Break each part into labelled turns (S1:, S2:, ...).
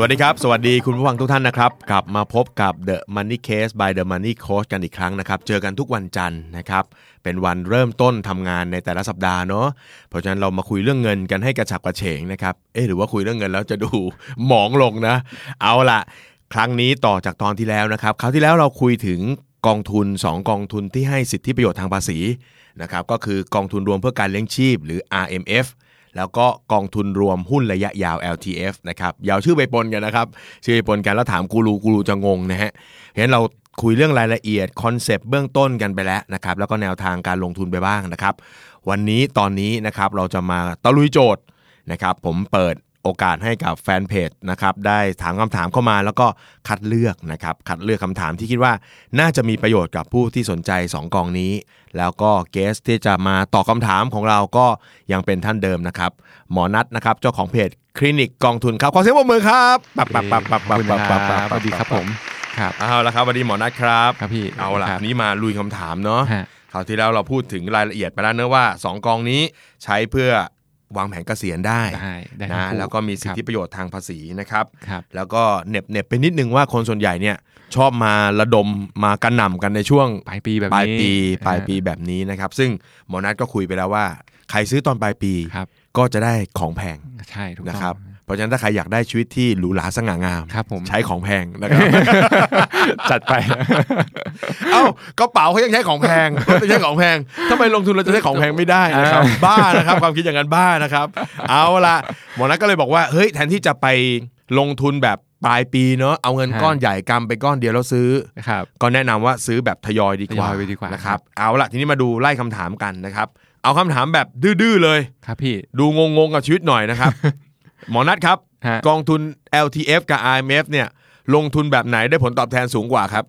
S1: สวัสดีครับ สวัสดีคุณผู้ฟังทุกท่านนะครับ กลับมาพบกับ The Money Case by The Money Coach กันอีกครั้งนะครับ เจอกันทุกวันจันทร์นะครับ เป็นวันเริ่มต้นทำงานในแต่ละสัปดาห์เนาะเพราะฉะนั้นเรามาคุยเรื่องเงินกันให้กระฉับกระเฉงนะครับ เอ๊ะหรือว่าคุยเรื่องเงินแล้วจะดู หมองลงนะ เอาละครั้งนี้ต่อจากตอนที่แล้วนะครับ คราวที่แล้วเราคุยถึงกองทุน 2 กองทุนที่ให้สิทธิประโยชน์ทางภาษีนะครับ ก็คือกองทุนรวมเพื่อการเลี้ยงชีพ หรือ RMF แล้วก็กองทุนรวมหุ้นระยะยาว LTF นะครับอยาวชื่อไปปนกันนะครับ ชื่อไปปนกันแล้วถามกูรูกูรูจะงงนะฮะเพราะฉะนั้นเราคุยเรื่องรายละเอียดคอนเซปต์เบื้องต้นกันไปแล้วนะครับ แล้วก็แนวทางการลงทุนไปบ้างนะครับ วันนี้ตอนนี้นะครับเราจะมาตะลุยโจทย์นะครับ ผมเปิดโอกาสให้กับแฟนเพจนะครับ ได้ถามคำถามเข้ามาแล้วก็คัดเลือกนะครับ คัดเลือกคำถามที่คิดว่าน่าจะมีประโยชน์กับผู้ที่สนใจ 2 กองนี้ แล้วก็เกสที่จะมาตอบคำถามของเราก็ยังเป็นท่านเดิมนะครับ หมอนัทนะครับ เจ้าของเพจคลินิกกองทุนครับขอเสียงปรบมือครับปับปับปับปับปับปับปับปับ
S2: สวัสดีครับผมครับ
S1: เอาละครับสวัสดีหมอนัทครับ
S2: ครับพี่
S1: เอาละ
S2: ครับ
S1: นี่มาลุยคำถามเนาะ
S2: ฮะ
S1: คราวที่แล้วเราพูดถึงรายละเอียดไปแล้วเนอะว่า 2 กองนี้ใช้เพื่อวางแผนเกษียณได้
S2: ได้ได้ทั้
S1: นะ
S2: งคู่
S1: แล้วก็มีสิทธิประโยชน์ทางภาษีนะครับ
S2: ครับ
S1: แล้วก็เหน็บเหน็บไปนิดนึงว่าคนส่วนใหญ่เนี่ยชอบมาระดมมากระหน่ำกันในช่วง
S2: ปลายปีแบบ
S1: ปลาย
S2: นี้
S1: ปี
S2: อ่
S1: ปลายปีแบบนี้นะครับ ซึ่งหมอนัทก็คุยไปแล้วว่า ใครซื้อตอนปลายปี
S2: ครับ
S1: ก็จะได้ของแพง
S2: ใช่ถูกต้อง
S1: นะครับ เพราะฉะนั้นถ้าใครอยากได้ชีวิตที่หรูหราสง่างาม
S2: ครับผม
S1: ใช้ของแพง นะครับ
S2: จั ดไป
S1: เอ้ากระเป๋าเขายังใช้ของแพงเขายังใช้ของแพงทำไมลงทุนเราจะใช้ของแพงไม่ได้นะครับ บ้านะครับ ความคิดอย่างนั้นบ้านะครับ เอาละหมอนัทก็เลยบอกว่าเฮ้ยแทนที่จะไปลงทุนแบบปลายปีเนอะเอาเงิน
S2: ฮะ
S1: ก้อนใหญ่กำไปก้อนเดียวแล้วซื้อ
S2: ครับ
S1: ก็แนะนำว่าซื้อแบบทยอยดีกว่า
S2: ทยอยไปดีกว่า
S1: นะค
S2: ครั
S1: รับ
S2: บ
S1: เอาละทีนี้มาดูไล่คำถามกันนะครับ เอาคำถามแบบดื้อๆเลย
S2: ครับพี่
S1: ดูงงๆกับชีวิตหน่อย นะครับ หมอนัทครับ
S2: ฮะ
S1: กองทุน LTF กับ IMF เนี่ย ลงทุนแบบไหนได้ผลตอบแทนสูงกว่าครับ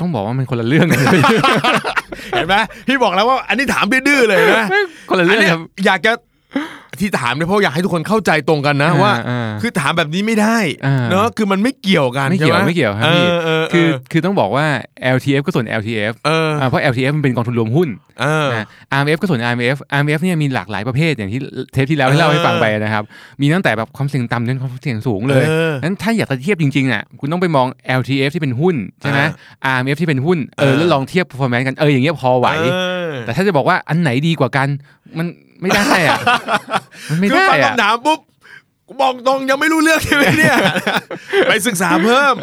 S2: ต้องบอกว่ามันคนละเรื่องกัน เลย
S1: เห็นไหมพี่บอกแล้วว่าอันนี้ถามดื้อๆเลยนะ
S2: คน
S1: อั
S2: ละ
S1: น
S2: เรื่อง
S1: เนี้
S2: ค
S1: ย
S2: รับ
S1: อยากจะที่ถามเนี่ยเพราะอยากให้ทุกคนเข้าใจตรงกันนะว่า
S2: อ่
S1: คือถามแบบนี้ไม่ได้
S2: อ่า
S1: เนอะคือมันไม่เกี่ยวกัน
S2: ไม่เกี่ยว
S1: ใช่ห
S2: ไม่เกี่ยวครับพี่
S1: เออ
S2: คือคือต้องบอกว่า LTF ก็ส่วน LTF
S1: เออ
S2: อ่าเพราะ LTF มันเป็นกองทุนรวมหุ้น
S1: เออ
S2: นะ RMF ก็ส่วน RMF RMF เนี่ยมีหลากหลายประเภทอย่างที่เทปที่แล้วที่เล่าให้ฟังไปนะครับ มีตั้งแต่แบบความเสี่ยงต่ำจนความเสี่ยงสูงเลย
S1: เออ
S2: นั้นถ้าอยากจะเทียบจริงๆอ่ะคุณต้องไปมอง LTF ที่เป็นหุ้นใช่ไหม RMF ที่เป็นหุ้นเอ
S1: เอ
S2: อ
S1: อ
S2: แล้วลองเทียบ performance กันเอออย่างเงี้ยพอไหว
S1: เออ
S2: แต่ถ้าจะบอกว่าอันไหนดีกว่ากัน มันไม่ได้อ่ะ มันไม่
S1: คือ
S2: ได้
S1: ฟัง
S2: อ่ะ
S1: คำถามปุ๊บบอกตรงยังไม่รู้เรื่องใช่ไหม เนี่ย ไปศึกษาเพิ่ม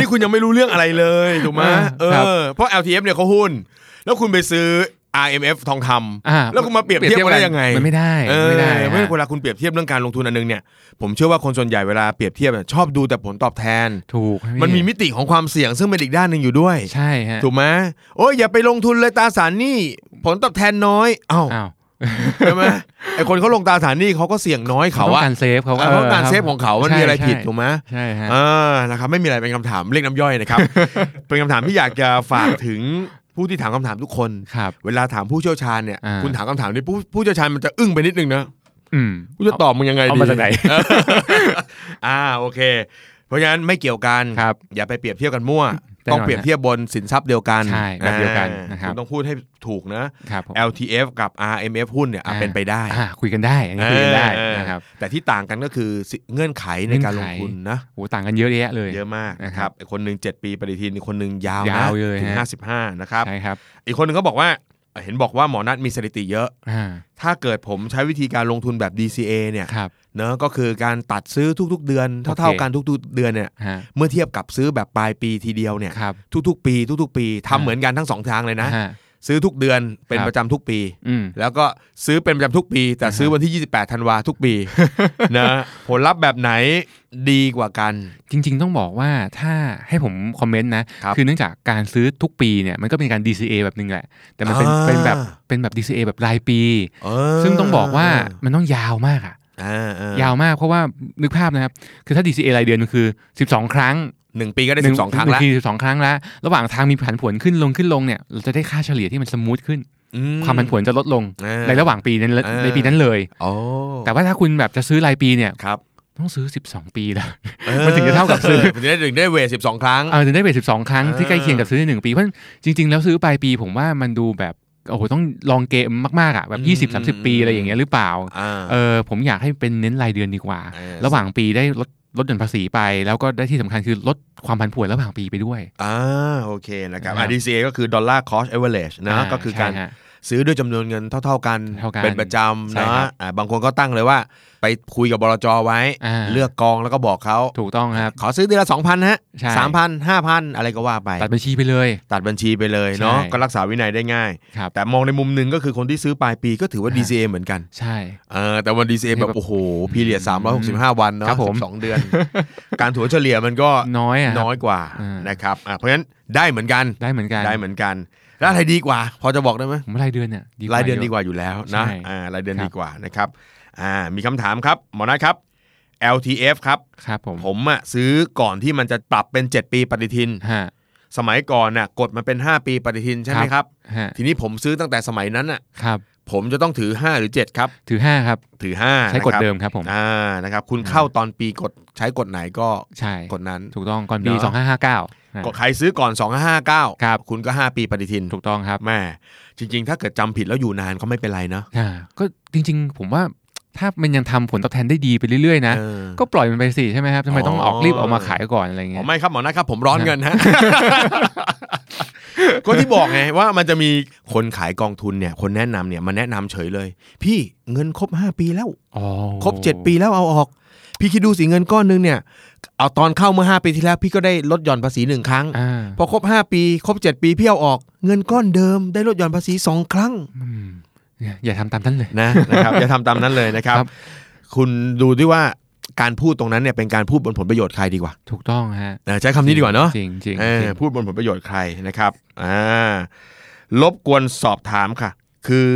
S1: นี่คุณยังไม่รู้เรื่องอะไรเลยถูกไหม
S2: อ่า
S1: เอ
S2: ครับ
S1: อเพราะ LTF เนี่ยเขาหุ้น แล้วคุณไปซื้อ RMF ทองคำ
S2: อ่า
S1: แล้วคุณมาเปรียบเทียบกันได้ยังไง
S2: มันไม่ได้
S1: เออ
S2: ไม่ได้ฮะ
S1: เมื่อเวลาคุณเปรียบเทียบเรื่องการลงทุนอันนึงเนี่ยผมเชื่อว่าคนส่วนใหญ่เวลาเปรียบเทียบเนี่ยชอบดูแต่ผลตอบแทน
S2: ถูกครับพี่
S1: มันมีมิติของความเสี่ยงซึ่งเป็นอีกด้านหนึ่งอยู่ด้วย
S2: ใช่ฮะ
S1: ถูกไหมโอ้ยอย่าไปลงทุนเลยตราสารหนี้ผลตอบแทนน้อยเอ้า
S2: อ้าว
S1: ใช่ไหมไอคนเขาลงตราสารหนี้เขาก็เสี่ยงน้อยเขา
S2: ต้อง
S1: อะ
S2: การเซฟเขา
S1: เออเพราะการ
S2: คบ
S1: เซฟของเขามันมีอะไร
S2: ใช่
S1: ผิด
S2: ใช่
S1: ถูกไหม
S2: ใช่ฮะ
S1: เออนะครับไม่มีอะไรเป็นคำถามเรียกน้ำย่อย นะครับ เป็นคำถามที่อยากจะฝากถึงผู้ที่ถามคำถามทุกคน
S2: ครับ
S1: เวลาถามผู้เชี่ยวชาญเนี่ย
S2: อ่า
S1: คุณถามคำถามนี้ผู้ผู้เชี่ยวชาญมันจะอึ้งไปนิดนึงนะ
S2: อืม
S1: กูจะตอบมึงยังไงดี
S2: เอามาจากไหน
S1: เออ อ่าโอเค เพราะฉะนั้นไม่เกี่ยวกัน
S2: ครับ
S1: อย่าไปเปรียบเทียบกันมั่ว
S2: แน่นอน
S1: ต้องเปรียบเทียบบนสินทรัพย์เดียวกัน
S2: ใช่แบบเดียวกัน
S1: อ่า
S2: นะครับ
S1: ณต้องพูดให้ถูกนะ
S2: ครับผม
S1: LTF กับ RMF หุ้นเนี่ยอ่ะ
S2: อ่า
S1: เป็นไปได้
S2: อ่าคุยกันได้อันนี้คุยกันได้นะครับ
S1: เออแต่ที่ต่างกันก็คือเงื่อนไขในการลงทุนนะ
S2: โหต่างกันเยอะแยะเลย
S1: เยอะมากนะค
S2: ครั
S1: รับบ ไอ้คนหนึ่ง7ปีปฏิทินอีกคนหนึ่งยาวนะ
S2: ยาวเลย
S1: ถึง
S2: ฮะ
S1: ห้าสิบห้านะครับ
S2: ใช่ครับ
S1: อีกคนหนึ่งก็บอกว่าเห็นบอกว่าหมอนัทมีสถิติเยอะ
S2: อ่า
S1: ถ้าเกิดผมใช้วิธีการลงทุนแบบ DCA เนี่ย
S2: ครับ
S1: เนอะก็คือการตัดซื้อทุกๆ เดือน
S2: โอเค
S1: เท่าๆกันทุกๆ เดือนเนี่ย
S2: ฮะ
S1: เมื่อเทียบกับซื้อแบบปลายปีทีเดียวเนี่ย
S2: ครับ
S1: ทุกๆ ปีทุกๆ ปีทำเหมือนกันทั้งสองทางเลยนะ
S2: ฮะ
S1: ซื้อทุกเดือนเป็น
S2: ครับ
S1: ประจำทุกปี
S2: อืม
S1: แล้วก็ซื้อเป็นประจำทุกปี แต่
S2: อ่าฮะ
S1: ซื้อวันที่ 28ธันวาทุกปี นะ ผลลัพธ์แบบไหนดีกว่ากัน
S2: จริง ๆ ต้องบอกว่าถ้าให้ผมคอมเมนต์นะครับ อเนื่องจากการซื้อทุกปีเนี่ยมันก็เป็นการ DCA แบบหนึงแหละแต่มันเป็น
S1: อ่า
S2: เป็นแบบเป็นแบบ DCA แบบรายปี
S1: เออ
S2: ซึ่งต้องบอกว่ามันต้องยาวมากอะ
S1: อ่ๆ
S2: ยาวมากเพราะว่านึกภาพนะครับ คือถ้า DCA รายเดือนมันคือ 12 ครั้ง
S1: หนึ่งปีก็ได้สิบสองครั้งละ
S2: คือสิบสองครั้งละระหว่างทางมีผันผวนขึ้นลงขึ้นลงเนี่ยเราจะได้ค่าเฉลี่ยที่มันสมูทขึ้น
S1: อื
S2: ความผันผวนจะลดลง
S1: อ่า
S2: ในระหว่างปีนั้น
S1: อ่า
S2: ในปีนั้นเลย
S1: โอ้
S2: แต่ว่าถ้าคุณแบบจะซื้อรายปีเนี่ย
S1: ครับ
S2: ต้องซื้อ 12 ปี แล้ว มันถึงจะเท่ากับซื้อ
S1: มันถึงได้ถึงได้เวทสิบสองครั้ง
S2: เออถึงได้เบสสิบสองครั้ง
S1: อ่า
S2: ที่ใกล้เคียงกับซื้อในหนึ่งปีเพราะจริง ๆ แล้วซื้อปลายปีผมว่ามันดูแบบโอ้โหต้องลองเกมมากๆอ่ะแบบยี่สิบสามสิบปีอะไรอย่างเงี้ยหรือเปล่า
S1: อ่า
S2: เออผมอยากให้เป็นเน้นรายเดือนดีกว่า
S1: เออ
S2: ระหว่างปีได้ลดลดหย่อนภาษีไป แล้วก็ได้ที่สำคัญคือลดความผันผวนระหว่างปีไปด้วย
S1: อ่าโอเคนะครับ
S2: ครั
S1: อ่า
S2: บ
S1: DCA ก็คือ Dollar Cost Average นะ
S2: อ่า
S1: ก็คือการ
S2: ใช่ฮะ
S1: ซื้อด้วยจำนวนเงินเท่าๆกัน
S2: เท่ากัน
S1: นประจำ
S2: ใช่
S1: นะครับ อ่าบางคนก็ตั้งเลยว่า ไปคุยกับบลจไว้
S2: อ่า
S1: เลือกกองแล้วก็บอกเขา
S2: ถูกต้องครับ
S1: ขอซื้อเดือนละสองพันฮะ
S2: ใช่
S1: สามพันห้าพันอะไรก็ว่าไป
S2: ตัดบัญชีไปเลย
S1: ตัดบัญชีไปเลยเนาะ
S2: ใช่
S1: ก็รักษาวินัยได้ง่าย
S2: ครับ
S1: แต่มองในมุมหนึ่งก็คือคนที่ซื้อปลายปีก็ถือว่า
S2: อ่า
S1: DCA เหมือนกัน
S2: ใช่
S1: เออแต่วัน DCA แบบโอ้โหพีเรียด365 วัน
S2: ครั
S1: เนาะ
S2: บผม
S1: สอง เดือน การถัวเฉลี่ยมันก็
S2: น้อยอ่ะครับ
S1: น้อยกว่า
S2: อ่าน
S1: นะครับอ่ะเพราะฉะนั้นได้เหมือนกัน
S2: ได้เหมือนกัน
S1: ได้เหมือนกัน แล้วอะไรดีกว่า พอจะบอกได้ไหม
S2: ผมว่ารายเดือนเนี่ยกว่
S1: รายเดือน
S2: อะ
S1: ดีกว่าอยู่แล้วนะ
S2: ใช่
S1: อ่ารายเดือน
S2: ครับ
S1: ดีกว่านะครับอ่ามีคำถามครับ หมอนัทครับ LTF ครับ
S2: ครับผม
S1: ผมอะซื้อก่อนที่มันจะปรับเป็น 7 ปีปฏิทิน
S2: ฮะ
S1: สมัยก่อนน่ะกดมาเป็น 5 ปีปฏิทินใช่ไหม
S2: ค
S1: ครั
S2: รั
S1: บ บ
S2: ฮะ
S1: ทีนี้ผมซื้อตั้งแต่สมัยนั้นน่ะ
S2: ครับ
S1: ผมจะต้องถือ 5 หรือ 7 ครับ
S2: ถือห้าครับ
S1: ถือ5
S2: ใช้กฎเดิมครับผม
S1: อ่านะครับคุณเข้าตอนปีกดใช้กฎไหนก็
S2: ใช่
S1: กฎนั้น
S2: ถูกต้องก่อนปี
S1: เนอะ
S2: 2559ฮะ
S1: กดใครซื้อก่อน 2559
S2: ครับ
S1: คุณก็ 5 ปีปฏิทิน
S2: ถูกต้องครับ
S1: แม่จริง ๆ ถ้าเกิดจำผิดแล้วอยู่นานก็ไม่เป็นไรนะ
S2: อ่าก็จริงๆ ผมว่าถ้ามันยังทำผลตอบแทนได้ดีไปเรื่อยๆ นะ
S1: เออ
S2: ก็ปล่อยมันไปสิใช่ไหมครับทำไมต้องออก
S1: อ๋อ
S2: รีบออกมาขายก่อนอะไร
S1: อ๋
S2: เงี้
S1: อย ไม่ครับหมอนะครับผมร้อนเงินฮะ ก็ที่บอกไงว่ามันจะมีคนขายกองทุนเนี่ยคนแนะนำเนี่ยมาแนะนำเฉยเลย พี่เงินครบ 5 ปีแล้ว
S2: อ๋อ
S1: ครบ 7 ปีแล้วเอาออก พี่คิดดูสิเงินก้อนหนึงเนี่ย เอาตอนเข้าเมื่อ 5 ปีที่แล้ว พี่ก็ได้ลดหย่อนภาษีหนึ่งครั้ง
S2: อ่า
S1: พอครบ 5 ปี ครบ 7 ปีพี่เอาออก เงินก้อนเดิมได้ลดหย่อนภาษีสองครั้ง
S2: อืมเนี่ยอย่าทำตามนั้นเลย
S1: นะนะครับ อย่าทำตามนั้นเลยนะครับ
S2: ครับ
S1: คุณดูด้วยว่าการพูดตรงนั้นเนี่ยเป็นการพูดบนผลประโยชน์ใครดีกว่า
S2: ถูกต้องฮะ
S1: เออใช้คำนี้ดีกว่าเนาะ
S2: จริงๆจริง
S1: เออพูดบนผลประโยชน์ใครนะครับอ่ารบกวนสอบถามค่ะ คือ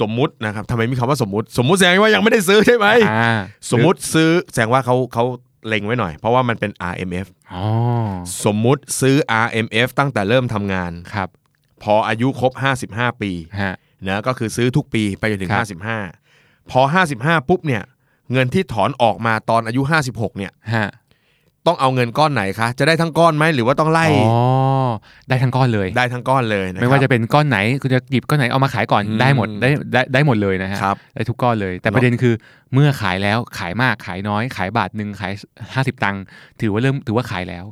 S1: สมมุตินะครับทำไมมีคำว่าสมมุติ สมมุติแสดงว่ายังไม่ได้ซื้อใช่ไหม
S2: อ่า
S1: สมมุติซื้อแสดงว่าเขาเขาเล็งไว้หน่อย เพราะว่ามันเป็น RMF
S2: อ๋อ
S1: สมมุติซื้อ RMF ตั้งแต่เริ่มทำงาน
S2: ครับ
S1: พออายุครบ 55 ปี
S2: ฮะ
S1: นะก็คือซื้อทุกปีไปจนถึง
S2: ครับ
S1: 55 พอ 55 ปุ๊บเนี่ยเงินที่ถอนออกมาตอนอายุ 56เนี่ย
S2: ฮะ
S1: ต้องเอาเงินก้อนไหนคะจะได้ทั้งก้อนไหมหรือว่าต้องไล่
S2: อ๋อได้ทั้งก้อนเลย
S1: ได้ทั้งก้อนเลยนะครับ
S2: ไม่ว่าจะเป็นก้อนไหนคุณจะหยิบก้อนไหนเอามาขายก่อน
S1: อืม
S2: ได้หมดได้ได้ได้หมดเลยนะฮะ
S1: ครับ
S2: ได้ทุกก้อนเลย แต่ประเด็นคือเมื่อขายแล้วขายมากขายน้อย ขายบาทหนึ่งขาย 50 ตังค์ถือว่าเริ่มถือว่าขายแล้ว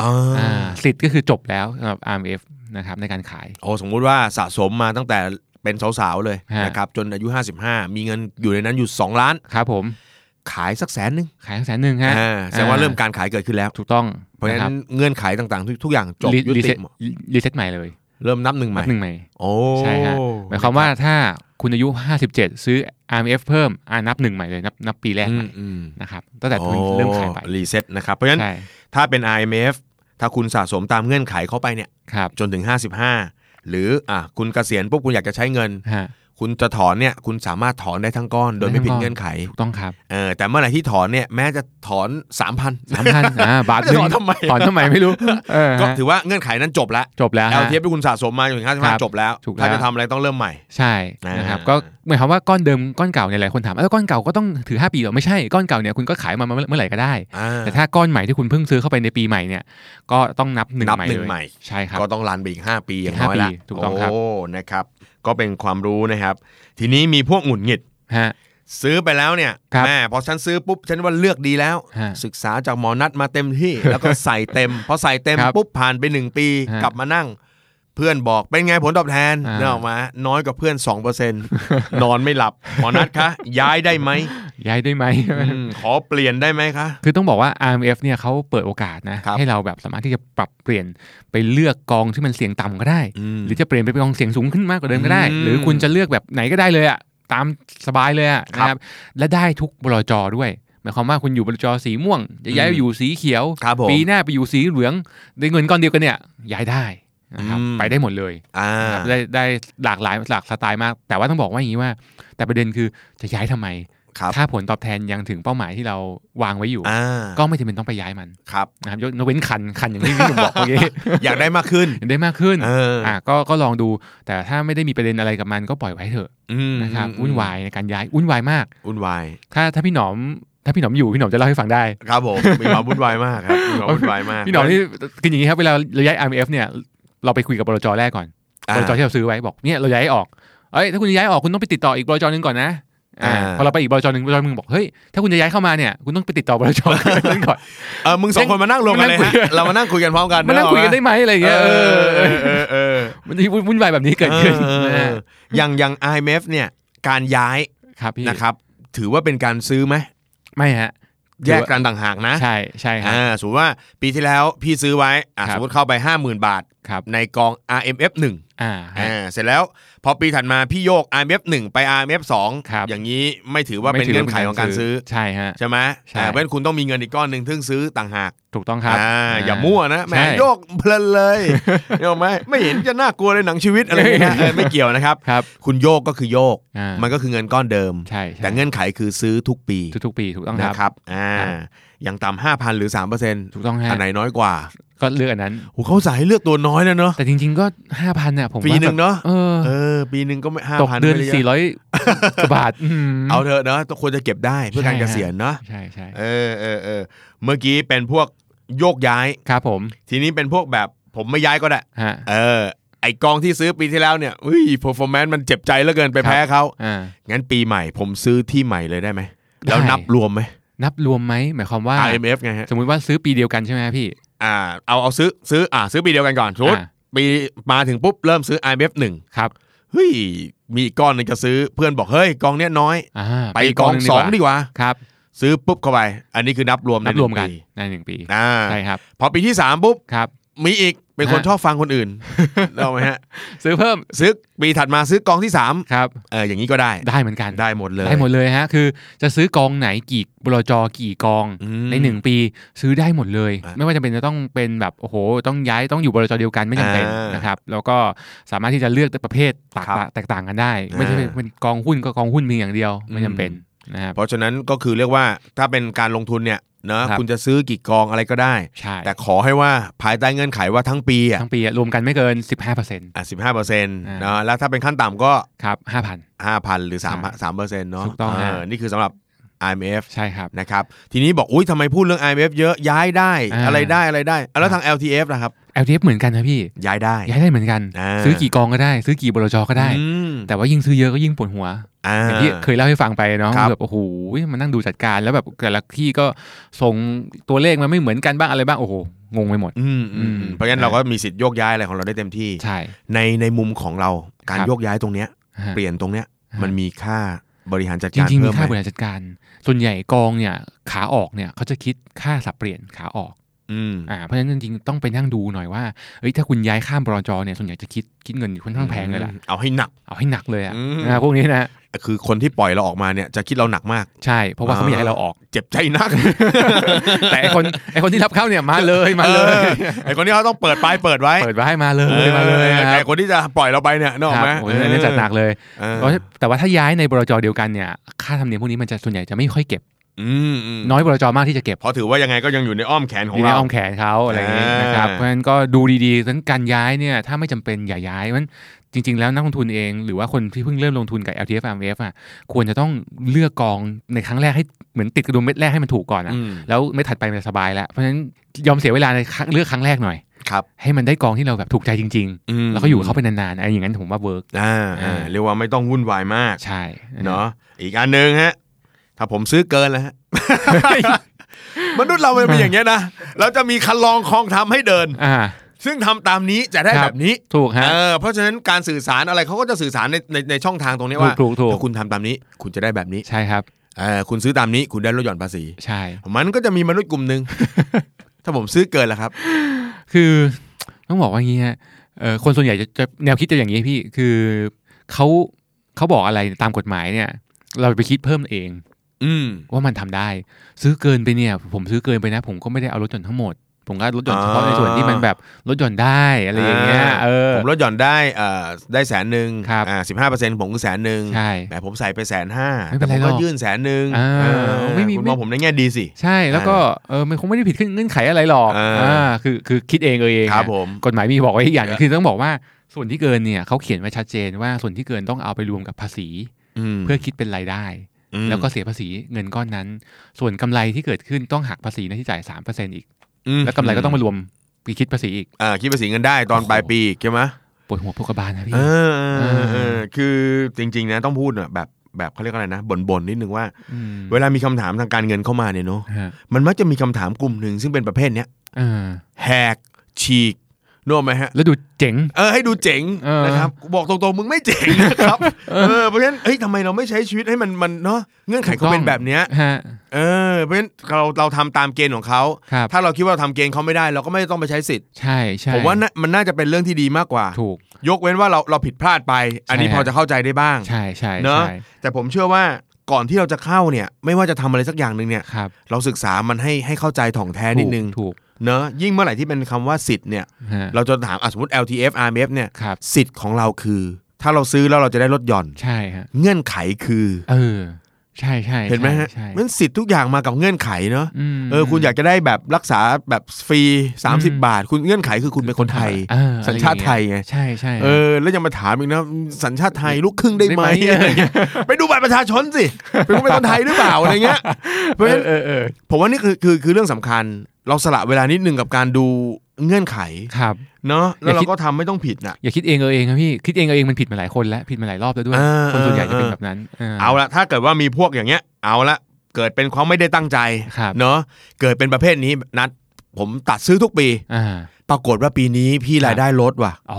S1: อ่
S2: อ่า
S1: า
S2: สิทธิ์ก็คือจบแล้วสำหรับ RMF นะครับในการขาย
S1: โอ้สมมุติว่าสะสมมาตั้งแต่เป็นสาวๆเลย
S2: ฮะ
S1: นะครับจนอายุ 55 มีเงินอยู่ในนั้นอยู่ 2 ล้าน
S2: ครับผม
S1: ขายสักแสนหนึ่ง
S2: ขายทั้งแสนหนึ่งฮะ
S1: อ่าแสดงว่าเริ่มการขายเกิดขึ้นแล้ว
S2: ถูกต้อง
S1: เพราะฉะ
S2: ค
S1: นั้
S2: บ
S1: นเงื่อนไขต่างๆ ทุกทุกอย่างจบ
S2: รี
S1: ยุ
S2: รี
S1: ติ
S2: เซ็ต
S1: หมด
S2: รีเซ็ตใหม่เลย
S1: เริ่มนับหนึ่งให
S2: นั
S1: ม่
S2: บหนึ่งใหม่
S1: โอ้
S2: ใช่ฮะหมายความว่าถ้าคุณอายุ 57 ซื้อ RMF เพิ่มอ่านับหนึ่งใหม่เลยนับนับปีแรก
S1: อื
S2: ใหม่
S1: มอืม
S2: นะครับตั้งแต่คุณเริ่มขายไป
S1: โอ้รีเซ็ตนะครับ เพราะฉะนั้น
S2: ใช่
S1: ถ้าเป็น IMF ถ้าคุณสะสมตามเงื่อนไขเข้าไปเนี่ย
S2: ครับ
S1: จนถึง 55 หรืออ่ะคุณเกษียณปุ๊บคุณอยากจะใช้เงิน
S2: ฮะ
S1: คุณจะถอนเนี่ยคุณสามารถถอนได้ทั้งก้อนโดยไม่
S2: ได้ทั้
S1: ผิด
S2: งก้อน
S1: เงื่อนไข
S2: ถูกต้องครับ
S1: เออแต่เมื่อไหร่ที่ถอนเนี่ยแม้จะถอน 3,000
S2: สามพันอ่าบาท
S1: จะถอนทำไม
S2: ถอนทำไมไม่รู้เออ
S1: ก็
S2: ฮะ
S1: ถือว่าเงื่อนไขนั้นจบแล้ว
S2: จบแล้ว
S1: เอ
S2: ฮะ
S1: ลเทียบที่คุณสะสมมาจนถึง
S2: ครับ
S1: 55จบแล้ว
S2: ถูกแล้ว
S1: ถ้าจะทำอะไรต้องเริ่มใหม่
S2: ใช่
S1: อ่าน
S2: นะครับก็หมายความว่าก้อนเดิมก้อนเก่าเนี่ยหลายคนถามเอ้าก้อนเก่าก็ต้องถือ 5 ปีเหรอไม่ใช่ก้อนเก่าเนี่ยคุณก็ขายมาเมื่อเมื่อไหร่ก็ได้
S1: อ่า
S2: แต่ถ้าก้อนใหม่ที่คุณเพิ่งซื้อเข้าไปในปีใหม่เนี่ยก็ต้องนับหนึ่ง
S1: นับ
S2: ใหม่
S1: หนึ่ง
S2: เลย
S1: ใหม่
S2: ใช่ครับ
S1: ก็ต้องรันไปอีก 5 ปีอย่าง
S2: อีกห้า
S1: น้อยละ
S2: ปีถูกต้องครับ
S1: โอ้นะครับ ก็เป็นความรู้นะครับ ทีนี้มีพวกหงุดหงิด
S2: ฮะ
S1: ซื้อไปแล้วเนี่ย
S2: ครับ
S1: แม่พอฉันซื้อปุ๊บ ฉันว่าเลือกดีแล้ว
S2: ฮะ
S1: ศึกษาจากหมอนัดมาเต็ม ที่ แล้วก็ใส่เต็ม พอใส่เต็ม
S2: ครับ
S1: ปุ๊บผ่านไปหนึ่งปี
S2: ฮะ
S1: กลับมานั่ง เพื่อนบอกเป็นไงผลตอบแทน
S2: อ่า
S1: เนกออกมาน้อยกว่าเพื่อน 2%นอนไม่หลับ หมอนัดคะ ย้ายได้ไหม
S2: ย้ายได้ ไหม
S1: อืมขอเปลี่ยนได้ไหมคะ
S2: คือต้องบอกว่า RMF เนี่ยเขาเปิดโอกาสนะครับ ให้เราแบบสามารถที่จะปรับเปลี่ยนไปเลือกกองที่มันเสี่ยงต่ำก็ได้
S1: อืม
S2: หรือจะเปลี่ยนไปเป็นกองเสียงสูงขึ้นมากกว่าเดิมก็ได้
S1: อืม
S2: หรือคุณจะเลือกแบบไหนก็ได้เลยอะตามสบายเลยอะ
S1: ครับ
S2: นะครับและได้ทุกบลจด้วย หมายความว่าคุณอยู่บลจสีม่วงจะย้าย
S1: อื
S2: ไป
S1: ม
S2: อยู่สีเขียว
S1: ครับผม
S2: ปีหน้าไปอยู่สีเหลืองได้เงินก้อนเดียวกันเนี่ยย้ายได้นะครับ
S1: อืม
S2: ไปได้หมดเลย
S1: อ่า
S2: นะครับได้ได้หลากหลายหลากสไตล์มาก แต่ว่าต้องบอกว่าอย่างนี้ว่า แต่ประเด็นคือจะย้ายทำไม
S1: ครับ
S2: ถ้าผลตอบแทนยังถึงเป้าหมายที่เราวางไว้อยู่
S1: อ่า
S2: ก็ไม่จำเป็นต้องไปย้ายมัน
S1: ครับ
S2: นะครับยกยกเว้นคันคันอย่างที่พี่หนุ่มบอกเมื่อกี้
S1: อยากได้มากขึ้น
S2: เห็นได้มากขึ้น
S1: เอออ่
S2: ก็ก็ลองดู แต่ถ้าไม่ได้มีประเด็นอะไรกับมันก็ปล่อยไว้เถอะ
S1: อืม
S2: นะครับ
S1: อืม
S2: วุ่นวายในการย้ายวุ่นวายมาก
S1: วุ่นวาย
S2: ถ้าถ้าพี่หนอม ถ้าพี่หนอมอยู่พี่หนอมจะเล่าให้ฟังได้
S1: ครับผมมีความวุ่นวายมากครับมีความวุ่นวายมาก
S2: พี่หนอมนี่กินอย่างนี้ครับเวลาเราย้าย RMF เนี่ยเราไปคุยกับบรจแรกก่อน
S1: อ่า
S2: บรจที่เราซื้อไว้บอกเนี่ยเราย้ายออกเอ้ยถ้าคุณจะย้ายออกคุณต้องไปติดต่ออีกบรจหนึ่งก่อนนะอ่า
S1: อ่า
S2: พอเราไปอีกบรจหนึ่งบรจหนึ่งบอกเฮ้ยถ้าคุณจะย้ายเข้ามาเนี่ยคุณต้องไปติดต่อบรจนั้นก่อน
S1: เออมึงสองคนมานั่งรวมกันเลย
S2: มา
S1: ฮะ
S2: นั่งคุย
S1: เรามานั่งคุย กันพร้อมกัน
S2: มานั่งคุยกันได้ไหมอะไรอย่าง
S1: เอ
S2: เงี้ยเอ
S1: อ
S2: อ
S1: เออเออเออ
S2: มันจะวุ่นวายแบบนี้เกิดขึ้น
S1: ออเออเอออย่างอย่าง IMF เนี่ยการย้าย
S2: นะครับพี่
S1: นะครับ ถือว่าเป็นการซื้อไหม
S2: ไม่ฮะ ถือว่า
S1: แยกกันต่างหากนะ
S2: ใช่ใช่ครับ
S1: อ่าสมมติว่าปีที่แล้วพี่ซื้อไว้อ่ะ
S2: ค
S1: ส
S2: รับ
S1: มมติเข้าไป 50,000 บาท
S2: ครับ
S1: ในกอง RMF 1
S2: อ่าฮะ
S1: อ่าเสร็จแล้วพอปีถัดมาพี่โยก RMF 1 ไป RMF
S2: ครับ
S1: 2 อย่างนี้ไม่ถือว่าเป็น
S2: ถื
S1: เงื่อนไขของการซื้อ
S2: ใช่ฮะ
S1: ใช่ไหม
S2: ใช่
S1: อ่าเพราะฉะนั้นคุณต้องมีเงินอีกก้อนหนึ่งทึ่งซื้อต่างหาก
S2: ถูกต้องครับ
S1: อ่าอย่ามั่วนะแหม
S2: ใช่
S1: โยกเพลิน เลยเห็นไหมไม่เห็นจะน่ากลัวเลยหนังชีวิตอะไรอย่างเงี้ยนะเออไม่เกี่ยวนะครับ
S2: ครับ
S1: คุณโยกก็คือโยก
S2: อ่า
S1: มันก็คือเงินก้อนเดิม
S2: ใช่ใช่
S1: แต่เงื่อนไขคือซื้อทุกปี
S2: ทุกๆปีถูกต้องค
S1: นะ
S2: รับ
S1: ครับอ่า
S2: ครับ
S1: อย่างต่ำห้าพันหรือสามเปอร์เซ็นต์
S2: ถูกต้องฮะ
S1: อันไหนน้อยกว่า
S2: ก็เลือกอันนั้น
S1: โหเขาสายเลือกตัวน้อยแล้วเนาะ
S2: แต่จริง ๆ ก็ห้าพันอ่ะผม
S1: ปี
S2: ว่า
S1: หนึ่ง
S2: แบบ
S1: เนาะ
S2: เออ
S1: เออ ปีหนึ่งก็ไม่ห้า
S2: ตก
S1: พัน
S2: เดือน
S1: ไม่ไยะ
S2: สี่ ร้อยกว่าบาทอืม
S1: เอาเถอะเนาะควรจะเก็บได้เพื่อการ
S2: ใช่
S1: เก
S2: ฮะ
S1: ษียณเนาะ
S2: ใช่ใช่
S1: เออเออเออเมื่อกี้เป็นพวกโยกย้าย
S2: ครับผม
S1: ทีนี้เป็นพวกแบบผมไม่ย้ายก็ได้
S2: ฮะ
S1: เออ ไอกองที่ซื้อปีที่แล้วเนี่ยอุ้ย performance มันเจ็บใจเหลือเกินไป
S2: ครับ
S1: แพ้เขา
S2: อ่า
S1: งั้นปีใหม่ผมซื้อที่ใหม่เลยได้ไหมแล้ว
S2: ได้
S1: นับรวมไหม
S2: นับรวมไหมหมายความว่า
S1: IMF ไงฮะ
S2: สมมุติว่าซื้อปีเดียวกันใช่ไหมพี่
S1: อ่าเอาเอาซื้อซื้ออ่าซื้อปีเดียวกันก่อนสมมุติ
S2: อ่า
S1: ปีมาถึงปุ๊บเริ่มซื้อ IMF หนึ่ง
S2: ครับ
S1: เฮ้ยมีอีกก้อนหนึงจะซื้อเพื่อนบอกเฮ้ยกองเนี้ยน้อย
S2: อ่า
S1: ไปกอง
S2: หนึ่
S1: สองดีกว่า
S2: ครับ
S1: ซื้อปุ๊บเข้าไป อันนี้คือนับรวม
S2: นับ
S1: ใหง
S2: รวมกัน
S1: ปี
S2: ในหนึ่งปี
S1: อ่า
S2: ใช่ครับ
S1: พอปีที่สามปุ๊บ
S2: ครับ
S1: มีอีกเป็นคน
S2: ฮะ
S1: ชอบฟังคน อื่น เอาไหมฮะ
S2: ซื้อเพิ่ม
S1: ซื้อปีถัดมาซื้อกองที่สาม
S2: ครับ
S1: เอออย่างนี้ก็ได้
S2: ได้เหมือนกัน
S1: ได้หมดเลย
S2: ได้หมดเลยฮะ คือจะซื้อกองไหนกี่บลจกี่กอง
S1: อืม
S2: ในหนึ่งปีซื้อได้หมดเลย
S1: อ่ะ
S2: ไม่ว่าจะเป็นจะต้องเป็นแบบโอ้โห ต้องย้ายต้องอยู่บลจเดียวกันไม่จำเป็น
S1: อ่าน
S2: นะครับ แล้วก็สามารถที่จะเลือกแต่ประเภทตาก
S1: ครับ
S2: แตกต่างกันได้ ไม่ใช่
S1: อ่า
S2: เป็นกองหุ้นก็กองหุ้นเพียงอย่างเดียวไม่
S1: อืม
S2: จำเป็นนะครับ
S1: เพราะฉะนั้นก็คือเรียกว่าถ้าเป็นการลงทุนเนี่ยเนอะ
S2: ครับ
S1: คุณจะซื้อกี่กองอะไรก็ได้
S2: ใช่
S1: แต่ขอให้ว่าภายใต้เงื่อนไขว่าทั้งปีอ่ะ
S2: ทั้งปีอะรวมกันไม่เกิน 15%
S1: อ่ะสิบห้าเปอร์เซ็นต์นะแล้วถ้าเป็นขั้นต่ำก็
S2: ครับ5,000
S1: ห้าพันหรือสามสามเปอร์เซ็นต์เนาะ
S2: ถูกต้องฮะ
S1: เนี่คือสำหรับ IMF
S2: ใช่ครับ
S1: นะครับทีนี้บอกอุ้ยทำไมพูดเรื่อง IMF เยอะย้ายได้
S2: อ่า
S1: อะไรได้อะไรได้อ่ะแล้วทาง LTF นะครับ
S2: LTF เหมือนกันนะพี่
S1: ย้ายได้
S2: ย้ายได้เหมือนกัน
S1: อ่า
S2: ซื้อกี่กองก็ได้ ซื้อกี่บลจก็ได้
S1: อืม
S2: แต่ว่ายิ่งซื้อเยอะก็ยิ่งปวดหัว
S1: อ่า
S2: อย่างที่เคยเล่าให้ฟังไปเนาะ
S1: ครับ
S2: แบบโอ้โหมันนั่งดูจัดการแล้วแบบแต่ละที่ก็ส่งตัวเลขมาไม่เหมือนกันบ้างอะไรบ้างโอ้โหงงไปหมด
S1: อืมอืม
S2: อืม
S1: เพราะงั้นเราก็มีสิทธิ์โยกย้ายอะไรของเราได้เต็มที่
S2: ใช่
S1: ในในมุมของเราการ
S2: ครับ
S1: โยกย้ายตรงเนี้ย
S2: ฮะ
S1: เปลี่ยนตรงเนี้ย
S2: ฮะ
S1: มันมีค่าบริหารจัด
S2: จ
S1: การ
S2: ริงๆมี
S1: เพิ่ม
S2: ค่าบ
S1: ไหม
S2: ริหารจัดการ ส่วนใหญ่กองเนี่ยขาออกเนี่ยเขาจะคิดค่าสับเปลี่ยนขาออก
S1: อืม
S2: อ่าเพราะฉะนั้นจริงๆต้องไปนั่งดูหน่อยว่าเอ้ยถ้าคุณย้ายข้ามบรจเนี่ยส่วนใหญ่จะคิดคิดเงินอยู่ค่อนข้างแพงเลยล่ะ
S1: เอาให้หนัก
S2: เอาให้หนักเลยอ่ะ
S1: อืม
S2: อ่าพวกนี้นะ
S1: คือคนที่ปล่อยเราออกมาเนี่ยจะคิดเราหนักมาก
S2: ใช่เพราะว่าเขาไม่อยากให้เราออก
S1: เจ็บใจนัก
S2: แต่ไอคนไอคนที่รับเข้าเนี่ยมาเลย มาเล
S1: อย อไอคนที่เขาต้องเปิดปลายเปิดไว้
S2: เปิดไว้ให้มาเลยมาเลย
S1: ออ
S2: นะครับ
S1: แต่คนที่จะปล่อยเราไปเนี่ยนึกออกไหม
S2: ครับโอ้ยอันนี้จัดหนักเลย
S1: เออ
S2: เพราะแต่ว่าถ้าย้ายในบรจเดียวกันเนี่ย ค่าธรรมเนียมพวกนี้มันจะส่วนใหญ่จะไม่ค่อยเก็บ
S1: อืมอืม
S2: น้อยบรจมากที่จะเก็บ
S1: เพราะถือว่ายังไงก็ยังอยู่ในอ้อมแขนข
S2: อ
S1: อง
S2: ยู่ใน
S1: เรา
S2: อ้อมแขนเขาอะไรอย่างนี้นะครับ
S1: อ่า
S2: เพราะฉะนั้นก็ดูดีๆทั้งการย้ายเนี่ยถ้าไม่จำเป็นอย่าย้ายเพราะฉะนั้นจริง ๆ แล้วนักลงทุนเองหรือว่าคนที่เพิ่งเริ่มลงทุนกับ LTF RMF อ่ะควรจะต้องเลือกกองในครั้งแรกให้เหมือนติดกระดุมเม็ดแรกให้มันถูกก่อนอะ
S1: อืม
S2: แล้วเม็ดถัดไปมันจะสบายแล้วเพราะฉะนั้นยอมเสียเวลาในครั้งเลือกครั้งแรกหน่อย
S1: ครับ
S2: ให้มันได้กองที่เราแบบถูกใจจริง
S1: ม
S2: ๆ แล้วก็อยู่กับเขาไปนานๆอะไรอย่างนั้นผมว่าเวิร์ก
S1: อ่า
S2: อ่า
S1: เรียกว่าไม่ต้องวุ่นวายมาก
S2: ใช่
S1: เนาะอีกอันหนึ่งฮะ ถ้าผมซื้อเกินแล้วฮ ะ มนุษย์เรามันเป็นอย่างเงี้ยนะเราจะมีคันลองคลองทำให้เดิน
S2: อ่า
S1: ซึ่งทำตามนี้จะได้
S2: ครับ
S1: แบบนี้
S2: ถูกฮะ
S1: เออเพราะฉะนั้นการสื่อสารอะไรเขาก็จะสื่อสารในในในช่องทางตรงเนี้ย
S2: ถูก
S1: ว่า
S2: ถูกถูก
S1: ถ้าคุณทำตามนี้ คุณจะได้แบบนี้
S2: ใช่ครับ
S1: เออคุณซื้อตามนี้คุณได้ลดหย่อนภาษี
S2: ใช่
S1: มันก็จะมีมนุษย์กลุ่ม หนึ่ง ถ้าผมซื้อเกินแล้วครับ
S2: คือต้องบอกว่าอย่างงี้ฮะเอ่อคนส่วนใหญ่จะจะแนวคิดจะอย่างนี้พี่คือเขาเขาบอกอะไรตามกฎหมายเนี่ย เราไปคิดเพิ่มเอง
S1: อืม
S2: ว่ามันทำได้ ซื้อเกินไปเนี่ย ผมซื้อเกินไปนะ ผมก็ไม่ได้เอารถจนทั้งหมด ผมก็ลดหย่อนเฉพาะในส่วนที่มันแบบลดหย่อนได้อะไรอย่างเงี้ยเออ
S1: ผมลดหย่อนได้เอ่อได้แสนหนึ่ง
S2: ครับ
S1: อ่าสิบห้าเปอร์เซ็นต์ผมคือแสนหนึ่ง
S2: ใช่
S1: แต่ผมใส่ไปแสนห้า
S2: ไม่เป็
S1: แต่
S2: น
S1: ผ
S2: ไร
S1: ม
S2: หรอก
S1: ก็ยื่นแสนหนึ่ง
S2: อ่า
S1: เออ
S2: ไม่มี
S1: คุณมองผมในแง่ดีสิ
S2: ใช่แล้วก็เออมันคงไม่ได้ผิดเงื่อนไขอะไรหรอก
S1: อ่า
S2: อ่าคือคือคิดเองเออเอง
S1: ครับ
S2: อะ
S1: ผม
S2: กฎหมายมีบอกไว้อีกอย่างหนึง
S1: เออ
S2: คือต้องบอกว่าส่วนที่เกินเนี่ยเขาเขียนไว้ชัดเจนว่าส่วนที่เกินต้องเอาไปรวมกับภาษี
S1: ม
S2: เพื่อคิดเป็นรายได้
S1: ม
S2: แล้วก็เสียภาษีเงินก้อนนั้น ส่วนกำไรที่เกิดขึ้นต้องหักภาษีหนาที่จ่าย3%อีก
S1: อืม
S2: แล้วกำไรก็ต้องมารวมไปคิดภาษีอีก
S1: อ่าคิดภาษีเงินได้ตอน
S2: โอ้โห
S1: ปลายปีอีกใช่ไหม
S2: ปวดหัวพวกกระบาลนะพี่
S1: เออเออเอ
S2: เอ
S1: อ
S2: อ
S1: คือจริงๆนะต้องพูดแบบแบบเขาเรียกอะไรนะบ่นๆนิดนึงว่า
S2: ม
S1: เวลามีคำถามทางการเงินเข้ามาเนี่ยเนาะ
S2: ฮะ
S1: มันมักจะมีคำถามกลุ่มหนึ่งซึ่งเป็นประเภทเนี้ย
S2: อ่า
S1: แหกฉีกนึกออกไหมฮะ
S2: แล้วดูเจ๋ง
S1: เออให้ดูเจ๋ง
S2: เออ
S1: นะครับบอกตรงๆมึงไม่เจ๋งนะครับ เออเพราะฉะนั้นเฮ้ยทำไมเราไม่ใช้ชีวิตให้มันมันเนาะเงื่อนไข
S2: ถู
S1: เขา
S2: กต้อง
S1: เป็นแบบเนี้ย
S2: ฮะ
S1: เออเพราะฉะนั้นเราเราทำตามเกณฑ์ของเขา
S2: ครับ
S1: ถ้าเราคิดว่าเราทำเกณฑ์เขาไม่ได้ เราก็ไม่ต้องไปใช้สิทธิ์
S2: ใช่ใช่
S1: ผมว่าน่ะมันน่าจะเป็นเรื่องที่ดีมากกว่า
S2: ถูก
S1: ยกเว้นว่าเราเราผิดพลาดไป อันนี้
S2: ใช่
S1: พ
S2: ฮะ
S1: อจะเข้าใจได้บ้าง
S2: ใช่ใช่
S1: เนอะ
S2: ใช่
S1: แต่ผมเชื่อว่าก่อนที่เราจะเข้าเนี่ย ไม่ว่าจะทำอะไรสักอย่างหนึ่งเนี่ย
S2: ครับ
S1: เราศึกษามันให้ให้เข้าใจถ่องแท้นิดนึง
S2: ถูก
S1: เนอะยิ่งเมื่อไหร่ที่เป็นคำว่าสิทธิ์เนี่ย
S2: ถูกฮะ
S1: เราจะถามอ่ะสมมติ LTF RMF เนี่ย
S2: ครับ
S1: สิทธิ์ของเราคือ ถ้าเราซื้อแล้วเราจะได้ลดหย่อน
S2: ใช่ฮะ
S1: เงื่อนไขคือ
S2: เออ ใช่ใช่
S1: เห็นไหมฮะ
S2: ใช่ใช่
S1: มันสิทธิ์ทุกอย่างมากับเงื่อนไขเนาะ
S2: ม
S1: เออคุณอยากจะได้แบบรักษาแบบฟรี
S2: อืม
S1: 30 บาท คุณเงื่อนไขคือคุณเป็นคนไทย
S2: เออ
S1: สัญชาติไทยไง
S2: ใช่ใช่
S1: เออแล้วยังมาถามอีกนะสัญชาติไทยลูกครึ่งได้ไหมอะไรเงี้ยไปดูบัตรประชาชนสิเป็นคุณเป็นคนไทยหรือเปล่าอะไรเงี้ยเพราะฉะนั้น
S2: เออเออ
S1: ผมว่านี่คือคือคือเรื่องสำคัญ เราสละเวลานิดนึงกับการดูเงื่อนไข
S2: ครับ
S1: เนาะแล้วเรา
S2: อย่าคิด
S1: ก็ทำไม่ต้องผิดน่ะ
S2: อย่าคิดเองเออเองครับพี่คิดเองเออเองมันผิดมาหลายคนแล้วผิดมาหลายรอบแล้วด้วย
S1: อ่า
S2: คนส่วนใหญ่จะเป็น
S1: อ่า
S2: แบบนั้น
S1: เอาละถ้าเกิดว่ามีพวกอย่างเงี้ย เอาละเกิดเป็นความไม่ได้ตั้งใจ
S2: ครับ
S1: เนาะเกิดเป็นประเภทนี้นัด ผมตัดซื้อทุกปี
S2: อ่า
S1: ปรากฏว่าปีนี้พี่รายได้ลดว่ะ
S2: โอ้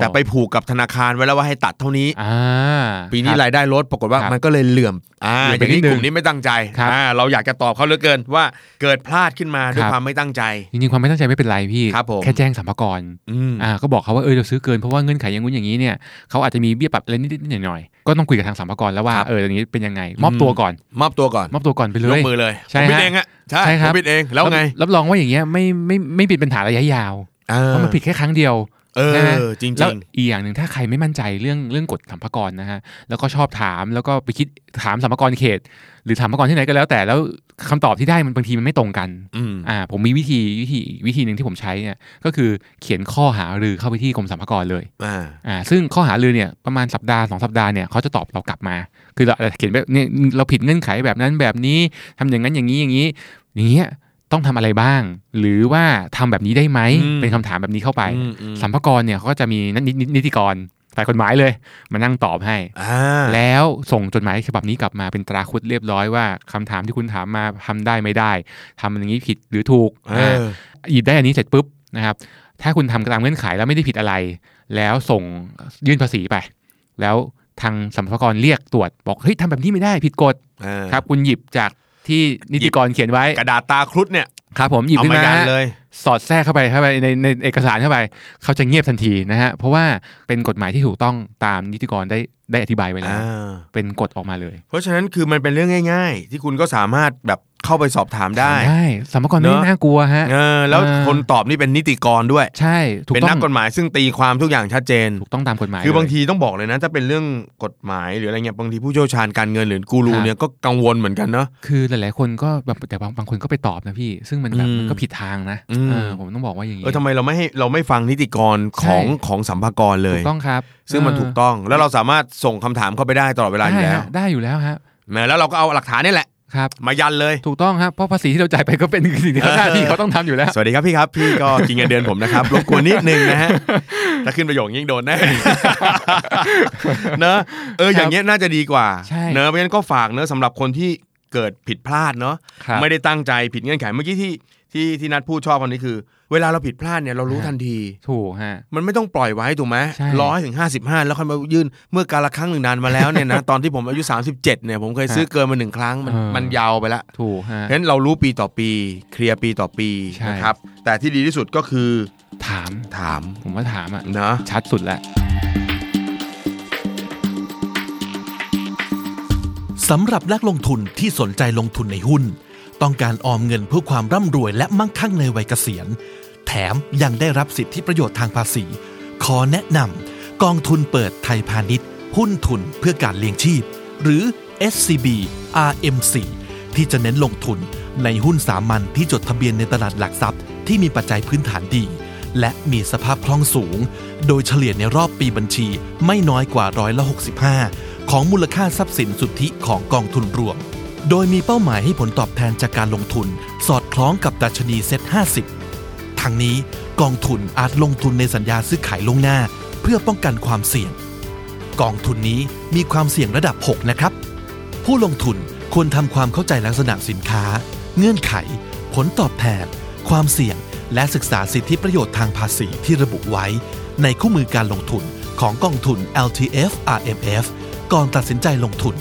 S1: แต่ไปผูกกับธนาคารไว้แล้วว่าให้ตัดเท่านี้
S2: อ่า
S1: ปีนี้รายได้ลดปรากฏว่า
S2: ครับ
S1: มันก็เลยเหลื่อมอ่า
S2: เหลื่อม
S1: อ
S2: ไป
S1: ย่างนี้
S2: นิดนึง
S1: กลุ่มนี้ไม่ตั้งใจ
S2: ครับ
S1: อ่าเราอยากจะตอบเขาเหลือเกินว่าเกิดพลาดขึ้นมาด้วย
S2: ครับ
S1: ความไม่ตั้งใจ
S2: จริงๆความไม่ตั้งใจไม่เป็นไรพี่
S1: ครับผม
S2: แค่แจ้งสัมภาระ
S1: อืม
S2: อ่าก็บอกเขาว่าเออเราซื้อเกินเพราะว่าเงื่อนไขอย่างงู้นอย่างนี้เนี่ยเขาอาจจะมีเบี้ยปรับอะไรนิดๆหน่อยๆก็ต้องคุยกับทางสัมภาระแล้วว่าเอออย่างนี้เป็นยังไง มอบตัวก่อน
S1: มอบตัวก่อน
S2: มอบตัวก่อนไปเลย
S1: กมือเลย
S2: ใช่
S1: ผมผิด
S2: ฮะ
S1: เองอะใช่
S2: ใช่
S1: ผ
S2: ครั
S1: ม
S2: บ
S1: ผิดเองแล้วไง
S2: รับรับรองว่าอย่างเงี้ยไม่ไม่ไม่เป็นปัญหาระยะยาว
S1: อ่า
S2: เพราะมันผิดแค่ครั้งเดียว
S1: เอ
S2: ใช่ไหม
S1: อจริง
S2: แล้ว
S1: ๆ
S2: อีกอย่างหนึ่งถ้าใครไม่มั่นใจเรื่องเรื่องกฎสัมภากรนะฮะแล้วก็ชอบถามแล้วก็ไปคิดถามสัมภากรเขต หรือถามสัมภากรที่ไหนก็แล้วแต่แล้วคำตอบที่ได้มันบางทีมันไม่ตรงกัน
S1: อืม
S2: อ่าผมมีวิธีวิธีวิธีหนึ่งที่ผมใช้เนี่ยก็คือเขียนข้อหารือเข้าไปที่กรมสัมภากรเลย
S1: อ่า
S2: อ่าซึ่งข้อหารือเนี่ยประมาณสัปดาห์สองสัปดาห์เนี่ยเขาจะตอบเรากลับมา คือเราอาจจะเขียนแบบเนี่ยเราผิดเงื่อนไขแบบนั้นแบบนี้ทำอย่างนั้นอย่างนี้อย่างนี้อย่างเงี้ยต้องทำอะไรบ้าง หรือว่าทำแบบนี้ได้ไหมเป็นคำถามแบบนี้เข้าไป
S1: อืมอืม
S2: สัมภากระเนี่ยเขาก็จะมีนิตินิติกรฝ่ายกฎหมายเลย มานั่งตอบให้
S1: อ่า
S2: แล้วส่งจดหมายฉบับนี้กลับมาเป็นตราคุดเรียบร้อยว่าคำถามที่คุณถามมาทำได้ไม่ได้ทำอย่างนี้ผิดหรือถูก
S1: เอ
S2: นะ
S1: อ
S2: หยิบได้อันนี้เสร็จปุ๊บนะครับ ถ้าคุณทำตามเงื่อนไขแล้วไม่ได้ผิดอะไร แล้วส่งยื่นภาษีไป แล้วทางสัมภากระเรียกตรวจบอกเฮ้ยทำแบบนี้ไม่ได้ผิดกฎ
S1: เออ
S2: ครับ คุณหยิบจากที่นิติกรเขียนไว้
S1: กระดาษตาครุฑเนี่ย
S2: ครับ ผมหยิบ
S1: เอา
S2: ขึ้น
S1: มา
S2: มา
S1: ยันเลย
S2: สอดแทรกเข้าไปเข้าไปในในเอกสารเข้าไป เขาจะเงียบทันทีนะฮะ เพราะว่าเป็นกฎหมายที่ถูกต้องตามนิติกรได้ได้อธิบายไว้แล้ว
S1: อ่า
S2: เป็นกฎออกมาเลย
S1: เพราะฉะนั้นคือมันเป็นเรื่องง่าย ๆ ที่คุณก็สามารถแบบเข้าไปสอบถามได้
S2: ได้สมรกร
S1: เน
S2: ไม่
S1: อะ
S2: น่ากลัวฮะ
S1: เออแล้ว
S2: อ่า
S1: คนตอบนี่เป็นนิติกรด้วย
S2: ใช่ถูก
S1: เป็น
S2: ต้
S1: นั
S2: อก ง
S1: กฎหมายซึ่งตีความทุกอย่างชัดเจน
S2: ถูกต้องตามกฎหมาย
S1: คือบาง
S2: เลย
S1: ทีต้องบอกเลยนะ ถ้าเป็นเรื่องกฎหมายหรืออะไรเงี้ยบางทีผู้เชี่ยวชาญการเงินหรือกูรู
S2: ครับ
S1: เนี่ยก็กังวลเหมือนกันเนาะ
S2: คือหลายๆคนก็แบบแต่บางบางคนก็ไปตอบนะพี่ ซึ่งมันแบบ
S1: อืม
S2: มันก็ผิดทางนะ
S1: อืม
S2: เออผมต้องบอกว่าอย่างนี้
S1: เออทำไมเราไม่ให้เราไม่ฟังนิติกรของของสัมภากรเล
S2: ถู
S1: ย
S2: กต้องครับ
S1: ซึ่งมัน
S2: เออ
S1: ถูกต้องแล้วเราสามารถส่งคำถามเข้าไปได้ตลอดเวลาอยู่
S2: ได้
S1: แล้
S2: ฮะ
S1: ว
S2: ได้อยู่แล้วฮะ
S1: แหมแล้วเราก็เอาหลักฐานนี่แหละ
S2: ครับ
S1: มายันเลย
S2: ถูกต้องครับเพราะภาษีที่เราจ่ายไปก็เป็น สิ่งที่เขาหน้าที่เขาต้องทำอยู่แล้ว
S1: สวัสดีครับพี่ครับ พี่ก็กินเงินเดือนผมนะครับรบกวนนิดนึงนะ ฮะถ้าขึ้นประโยคยิ่งโดนแน่ เนอะเอออย่างเงี้ยน่าจะดีกว่า
S2: ใช่
S1: เนอะเพราะฉะนั้นก็ฝากเนอะสำหรับคนที่เกิดผิดพลาดเนอะ
S2: ครับ
S1: ไม่ได้ตั้งใจผิดเงื่อนไขเมื่อกี้ที่ที่ที่นัดพูดชอบคนนี้คือ เวลาเราผิดพลาดเนี่ยเรารู้
S2: ฮะ
S1: ทันที
S2: ถูกฮะ
S1: มันไม่ต้องปล่อยไว้ถูกไหม
S2: ใช่
S1: ร้อยถึงห้าสิบห้าแล้วค่อยมายื่นเมื่อการละครั้งหนึ่งนานมาแล้วเนี่ยนะ ตอนที่ผมอายุ 37เนี่ยผมเคยซื้อเกินมาหนึ่งครั้งมันมันยาวไปละ
S2: ถูกฮะ
S1: เพราะฉะนั้นเรารู้ปีต่อปี เคลียร์ปีต่อปี
S2: ใช่
S1: นะครับ แต่ที่ดีที่สุดก็คือ
S2: ถาม
S1: ถาม
S2: ผมว่าถามอ่ะ
S1: นะ
S2: ชัดสุดแล้ว
S3: สำหรับนักลงทุนที่สนใจลงทุนในหุ้น ต้องการออมเงินเพื่อความร่ำรวยและมั่งคั่งในวัยเกษียณ แถมยังได้รับสิทธิประโยชน์ทางภาษี ขอแนะนำกองทุนเปิดไทยพาณิชย์ หุ้นทุนเพื่อการเลี้ยงชีพ หรือ SCB RMC ที่จะเน้นลงทุนในหุ้นสามัญที่จดทะเบียนในตลาดหลักทรัพย์ ที่มีปัจจัยพื้นฐานดี และมีสภาพคล่องสูง โดยเฉลี่ยในรอบปีบัญชีไม่น้อยกว่าร้อยละ65 ของมูลค่าทรัพย์สินสุทธิของกองทุนรวม โดยมีเป้าหมายให้ผลตอบแทนจากการลงทุน สอดคล้องกับดัชนีเซ็ต50 ทั้งนี้กองทุนอาจลงทุนในสัญญาซื้อขายล่วงหน้า เพื่อป้องกันความเสี่ยง กองทุนนี้มีความเสี่ยงระดับ 6 นะครับ ผู้ลงทุนควรทำความเข้าใจลักษณะสินค้า เงื่อนไข ผลตอบแทน ความเสี่ยง และศึกษาสิทธิประโยชน์ทางภาษีที่ระบุไว้ ในคู่มือการลงทุนของกองทุน LTF RMF ก่อนตัดสินใจลงทุน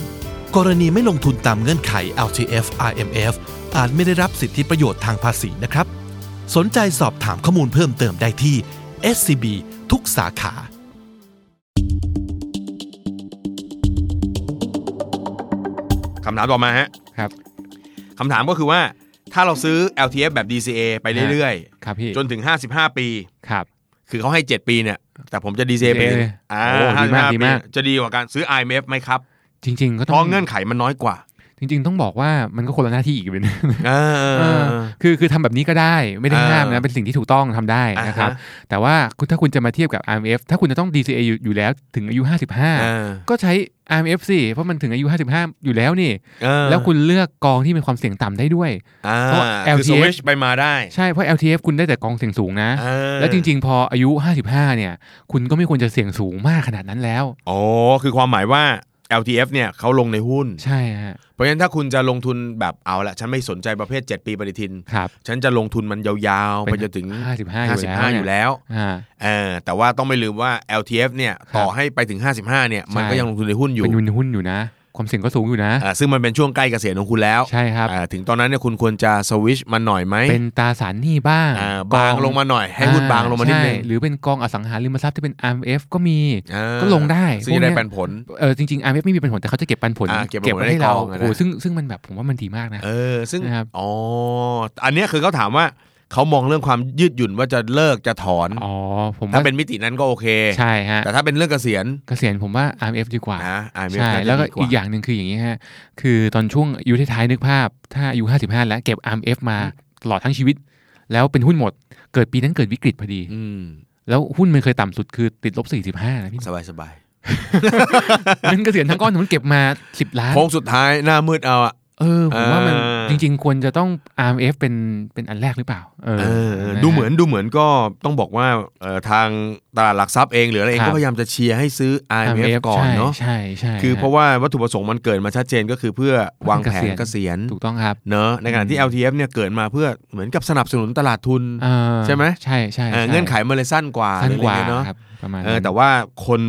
S3: กรณีไม่ลงทุนตามเงื่อนไข LTF RMF อาจไม่ได้รับสิทธิประโยชน์ทางภาษีนะครับ สนใจสอบถามข้อมูลเพิ่มเติมได้ที่ SCB ทุกสาขา
S1: คำถามต่อมาฮะ
S2: ครับ
S1: คำถามก็คือว่าถ้าเราซื้อ LTF แบบ DCA ไปเรื่อย
S2: ครับพี่
S1: ๆ จนถึง 55 ปี
S2: ครับ
S1: คือเขาให้ 7 ปีเนี่ย แต่ผมจะ DCA ไป
S2: DCA
S1: อ่า
S2: โอ้
S1: ห้า
S2: ดี
S1: สิบ
S2: มาก
S1: ห้า
S2: ดี
S1: ปี
S2: มาก
S1: จะดีกว่าการซื้อ IMF ไหมครับ
S2: จริง ๆ ก็
S1: เพ
S2: ต้อ
S1: ราะ
S2: ง
S1: เงื่อนไขมันน้อยกว่า
S2: จริง ๆ ต้องบอกว่ามันก็คนละหน้าที่อีกเป็น
S1: เอ
S2: เอ
S1: อ
S2: อคือคือทำแบบนี้ก็ได้ไม่ได้
S1: อ่า
S2: ห้ามนะเป็นสิ่งที่ถูกต้องทำได้นะครับ
S1: อ่าฮ
S2: แต่ว่าคุณถ้าคุณจะมาเทียบกับ RMF ถ้าคุณจะต้อง DCA อยู่อยู่แล้วถึงอายุ
S1: เอ
S2: 55
S1: อ
S2: ก็ใช้ RMF สิเพราะมันถึงอายุ 55 อยู่แล้วนี่
S1: เออ
S2: แล้วคุณเลือกกองที่มีความเสี่ยงต่ำได้ด้วย
S1: อ่า
S2: เพราะ
S1: คือ
S2: LTF
S1: switch ไปมาได้
S2: ใช่เพราะ LTF คุณได้แต่กองเสี่ยงสูงนะ
S1: เออ
S2: แล้วจริง ๆ พออายุ 55 เนี่ย คุณก็ไม่ควรจะเสี่ยงสูงมากขนาดนั้นแล้ว
S1: อ๋อคือความหมายว่า LTF เนี่ยเขาลงในหุ้น
S2: ใช่ฮะ
S1: เพราะฉะนั้นถ้าคุณจะลงทุนแบบเอาละฉันไม่สนใจประเภท 7 ปีปฏิทิน
S2: ครับ
S1: ฉันจะลงทุนมันยาวๆ ไปจนถึง
S2: 55
S1: 55 อยู่แล้ว
S2: อ่า
S1: เออแต่ว่าต้องไม่ลืมว่า LTF เนี่ยต่อให้ไปถึง 55 เนี่ย มัน
S2: ใช่
S1: ก็ยังลงทุนในหุ้นอยู่
S2: เป็นอยู่ในหุ้นอยู่นะ ความเสี่ยงก็สูงอยู่นะ
S1: อ่าซึ่งมันเป็นช่วงใกล้เกษียณของคุณแล้ว
S2: ใช่ครับ
S1: อ่าถึงตอนนั้นเนี่ยคุณควรจะสวิชมันหน่อยไหม
S2: เป็นตราสารหนี้บ้าง
S1: อ่า
S2: อบ
S1: กางลงมาหน่อย ให้หุ้นบางลงมานิดนึง
S2: ใช่หรือเป็นกองอสังหาริมทรัพย์ที่เป็น RMF ก็มี
S1: อ่า
S2: ก็ลงได้
S1: ซึ่งจะได้
S2: พวกเนี้ย
S1: ปันผล
S2: เออจริงๆ RMF ไม่มีปันผลแต่เขาจะเก็บปันผล
S1: อ่าเก็บปันผล
S2: ไว้ให้เรา
S1: ไว้ในกองอะนะ
S2: โอ้โหซึ่งซึ่งมันแบบผมว่ามันดีมากนะ
S1: เออซึ่ง
S2: นะครับ
S1: อ๋ออันเนี้ยคือเขาถามว่าเขามองเรื่องความยืดหยุ่นว่าจะเลิกจะถอน
S2: อ๋อผม
S1: ถ้า
S2: ว่า
S1: เป็นมิตินั้นก็โอเค
S2: ใช่ฮะ
S1: แต่ถ้าเป็นเรื่องเกษียณ
S2: เกษียณผมว่า RMF ดีกว่า
S1: นะอ่ามี
S2: ใช่
S1: โาส
S2: แล้วก็
S1: จะดี
S2: อีกอย่างหนึ่งคืออย่างนี้ฮะ คือตอนช่วงอายุท้ายๆนึกภาพ ถ้าอายุ 55 แล้วเก็บ RMF มาตลอดทั้งชีวิต แล้วเป็นหุ้นหมด เกิดปีนั้นเกิดวิกฤตพอดี
S1: อืม
S2: แล้วหุ้นมันเคยต่ำสุดคือติดลบ 45นะพี่
S1: สบายสบาย
S2: มันเกษียณทั้งก้อนมันเก็บมา 10 ล้าน
S1: โค้งสุดท้ายหน้ามืดเอาอะ
S2: เออผมว่ามัน
S1: เออ
S2: จริง ๆ ควรจะต้อง RMF เป็นเป็นอันแรกหรือเปล่า เออ
S1: เออ
S2: นะฮะ
S1: ดูเหมือนดูเหมือนก็ต้องบอกว่าเอ่อทางตลาดหลักทรัพย์เองหรืออะไรเอง
S2: ครับ
S1: ก็พยายามจะเชียร์ให้ซื้อ IMF ก่อน
S2: ใช่
S1: เนาะ
S2: ใช่ใช่
S1: คือเพราะ
S2: ฮ
S1: ว่าวัตถุประสงค์มันเกิดมาชัดเจนก็คือเพื่อวางแผน
S2: เก
S1: เก
S2: ษี
S1: ษีย
S2: ย
S1: ณ
S2: ณ ถูกต้องครับ
S1: เนาะในขณะที่ LTF เนี่ยเกิดมาเพื่อเหมือนกับสนับสนุนตลาดทุน
S2: เอ่อ
S1: ใช่ไหม
S2: ใช่ใช่
S1: เออ
S2: ใช่
S1: เงื่อนไขมันเลยสั้นกว่า
S2: สั้นกว่า
S1: อะไรอย่งเงี้ยเนาะ
S2: ครับประมาณ
S1: เออ
S2: นั้น
S1: แต่ว่าคน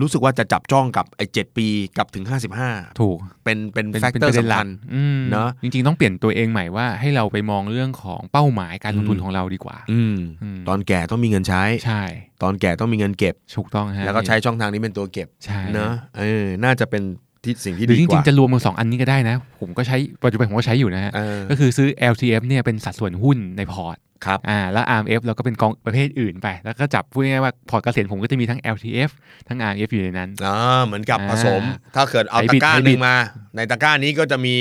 S1: รู้สึกว่าจะจับจ้องกับไอ้เปีกับถึง 55
S2: ถูก
S1: เป็นเป็น
S2: เป็น
S1: แฟก
S2: ป็น
S1: เตอ
S2: ป
S1: ร์
S2: ด็น
S1: สำ
S2: หลั
S1: คั
S2: ก
S1: ญ
S2: อืม
S1: เนอะ
S2: จริงๆ ต้องเปลี่ยนตัวเองใหม่ว่าให้เราไปมองเรื่องของเป้าหมายการลงทุน
S1: อืม
S2: ของเราดีกว่า
S1: อืม
S2: อืม
S1: ตอนแก่ต้องมีเงินใช้
S2: ใช่
S1: ตอนแก่ต้องมีเงินเก็บ
S2: ถูกต้องฮะ
S1: แล้วก็ใช้ช่องทางนี้เป็นตัวเก็บ
S2: ใช่
S1: เนอะเออ น่าจะเป็นที่สิ่งที่
S2: หรื
S1: ดี
S2: อจ
S1: ก
S2: ริง
S1: ว่า
S2: ๆ จะรวมกันสองอันนี้ก็ได้นะ ผมก็ใช้ปัจจุบันผมก็ใช้อยู่นะฮะ
S1: เออ
S2: ก็คือซื้อ LTF เนี่ยเป็นสัดส่วนหุ้นในพอร์ต
S1: ครับ
S2: อ่าแล้ว RMF เราก็เป็นกองประเภทอื่นไป แล้วก็จับพูดง่ายๆว่าพอร์ตเกษียณผมก็จะมีทั้ง LTF ทั้ง RMF อยู่ในนั้น
S1: อ่าเหมือนกับ
S2: อ่า
S1: ผสม ถ้าเกิดเอาตะ
S2: ไฮบริด
S1: กร้า
S2: ไฮ
S1: ห
S2: บริ
S1: นึ่
S2: ด
S1: งมา ในตะกร้านี้ก็จะมี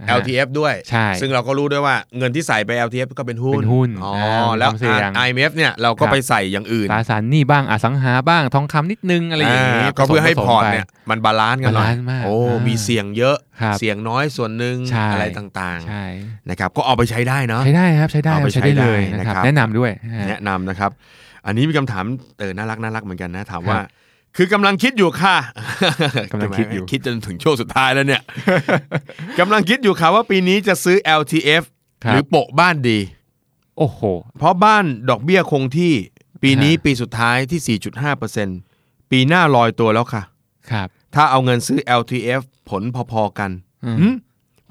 S2: อ่า
S1: LTF ด้วย
S2: ใช่
S1: ซึ่งเราก็รู้ด้วยว่าเงินที่ใส่ไป LTF ก็เป็นหุ้
S2: เป็นหุ้น
S1: อ๋อ
S2: อ่า
S1: แล้ว
S2: มีความเสี่ยง
S1: IMF เนี่ยเราก็ไปใส่อย่างอื่น
S2: ตราสารหนี้บ้างอสังหาบ้างทองคำนิดนึงอะไรอย่างนี้
S1: อ่าก็เพื่อให้
S2: ผสม
S1: พอร์ต
S2: ไป
S1: เนี่ยมันบาลานซ์กันหน่อย
S2: บาลานซ์มาก
S1: โอ้
S2: อ่ามี
S1: มีเสี่ยงเยอะ
S2: ครับ
S1: เสี่ยงน้อยส่วนหนึ่ง
S2: ใช่
S1: อะไรต่าง
S2: ใช่
S1: ๆนะครับก็เอาไปใช้ได้เนาะ
S2: ใช้ได้ครับใช้ได้
S1: เอาไป
S2: ใช้ได้
S1: ใช้ได้
S2: เลยนะครั
S1: นะครับ บ
S2: แนะนำด้วยฮะ
S1: แนะนำนะครับ อันนี้มีคำถามเออน่ารักน่ารักเหมือนกันนะ ถามว่า
S2: ครับ
S1: คือกำลังคิดอยู่ค่ะ
S2: กำลังคิดอยู่
S1: คิดจนถึงช่วงสุดท้าย แล้วเนี่ย กำลังคิดอยู่ค่ะว่าปีนี้จะซื้อ LTF
S2: ครั
S1: ห
S2: บ
S1: รือโปะบ้านดี
S2: โอ้โห
S1: เพราะบ้านดอกเบี้ยคงที่ปีนี้
S2: ฮะ
S1: ปีสุดท้ายที่ 4.5%ปีหน้าลอยตัวแล้วค่ะ
S2: ครับ
S1: ถ้าเอาเงินซื้อ LTF ผลพอๆกัน
S2: อืม
S1: หึ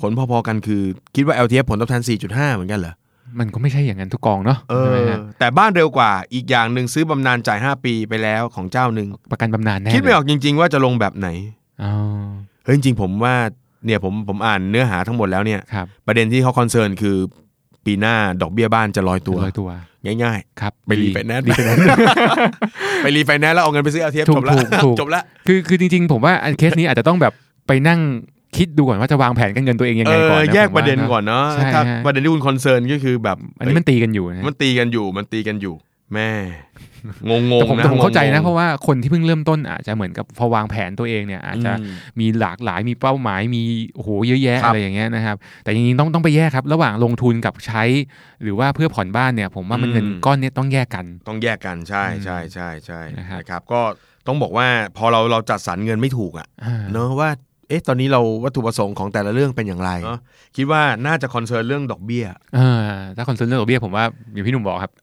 S1: ผลพอๆกันคือ คิดว่า LTF ผลตอบแทน 4.5 เหมือนกันเหรอ
S2: มันก็ไม่ใช่อย่างนั้นทุกกองเนาะ
S1: เอ
S2: ใช่ไห
S1: อ
S2: มฮะ
S1: แต่บ้านเร็วกว่าอีกอย่างหนึ่งซื้อบำนาญจ่าย 5 ปีไปแล้วของเจ้าหนึ่ง
S2: ประกันบำนาญแน่
S1: คิดไม่อ
S2: เลย
S1: อกจริง ๆ ว่าจะลงแบบไหน
S2: อ๋อ
S1: เฮ้ยจริงๆผมว่า เนี่ยผมผมอ่านเนื้อหาทั้งหมดแล้วเนี่ย
S2: ครับ
S1: ประเด็นที่เขาคอนเซิร์นคือปีหน้าดอกเบี้ยบ้านจะลอยตัว
S2: ร้อยตัว
S1: ง่าย
S2: ครับ
S1: ๆ ไปรีไฟแนนซ์
S2: ดี
S1: ไปรีไฟแนนซ์แล้วเอาเงินไปซื้อเอาเทียบ
S2: ถู
S1: จ
S2: ก
S1: บละ
S2: ถูกถูก
S1: จบละ
S2: คือคือจริงๆ ผมว่าอันเคสนี้อาจจะต้องแบบไปนั่งคิดดูก่อนว่าจะวางแผนการเงินตัวเองยัง
S1: เอ
S2: ไงก่อน
S1: อ
S2: นะ
S1: แยก
S2: ผม
S1: ป
S2: ว่า
S1: ระเด็นก่อนเนาะ
S2: ใช่
S1: ถ้า
S2: ฮะ
S1: ประเด็นที่คุณคอนเซิร์นก็คือแบบ
S2: อันนี้มันตีกันอยู่นะ
S1: มันตีกันอยู่มันตีกันอยู่ แม่ งง
S2: แต่
S1: ง
S2: ผม
S1: นะ
S2: แต่ผมเข้าใจนะ
S1: งงๆ
S2: เพราะว่าคนที่เพิ่งเริ่มต้นอาจจะเหมือนกับพอวางแผนตัวเองเนี่ยอาจจะ
S1: อืม
S2: มีหลากหลายมีเป้าหมายมีโอ้โหเยอะแยะ
S1: ครับ
S2: อะไรอย่างเงี้ยนะครับ แต่จริงๆต้องต้องไปแยกครับ ระหว่างลงทุนกับใช้ หรือว่าเพื่อผ่อนบ้านเนี่ย ผมว่ามัน
S1: อืม
S2: เงินก้อนเนี้ยต้องแยกกัน
S1: ต้องแยกกันใช่
S2: อืม
S1: ใช่ใช่ใช่
S2: นะครับ
S1: นะครับ ก็ต้องบอกว่าพอเราเราจัดสรรเงินไม่ถูกอ่ะ
S2: อ่า
S1: เนอะว่าเอ๊ะตอนนี้เราวัตถุประสงค์ของแต่ละเรื่องเป็นอย่างไรเนอะคิดว่าน่าจะคอนเซิร์นเรื่องดอกเบี้ย
S2: เออถ้าคอนเซิร์นเรื่องดอกเบี้ยผมว่าอย่างพี่หนุ่มบอกครับ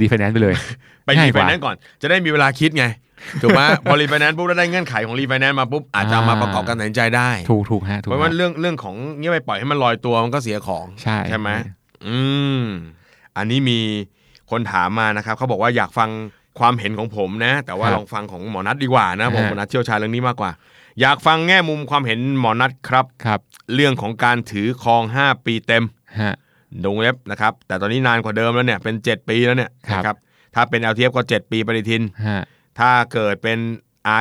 S2: รีไฟแนนซ์ไปเลย
S1: ไป
S2: ง่า
S1: รี
S2: ย
S1: ไฟ
S2: กว่า
S1: แนนซ์ก่อนจะได้มีเวลาคิดไงถูกไหม พอรีไฟแนนซ์ปุ๊บแล้วได้เงื่อนไขของรีไฟแนนซ์มาปุ๊บอาจจะเอามา
S2: อ่า
S1: ประกอบการตัดสินใจได้
S2: ถูกถูกฮะถูก
S1: เพราะว่า
S2: ฮะ
S1: เรื่องเรื่องของเงี้ยไปปล่อยให้มันลอยตัวมันก็เสียของ
S2: ใช่
S1: ใช่ไหม อืมอันนี้มีคนถามมานะครับเขาบอกว่าอยากฟังความเห็นของผมนะ แต่ว่าลองฟังของหมอนัทดีกว่านะผมหมอนัทเชี่ยวชาญเรื่องนี้มากกว่า อยากฟังแง่มุมความเห็นหมอนัทครับ
S2: ครับ
S1: เรื่องของการถือครอง 5 ปีเต็ม
S2: ฮะ
S1: ดงเล็บนะครับ แต่ตอนนี้นานกว่าเดิมแล้วเนี่ยเป็น 7 ปีแล้วเนี่ย
S2: ครับ
S1: นะครับถ้าเป็น LTF ก็ 7 ปีปฏิทิน
S2: ฮะ
S1: ถ้าเกิดเป็น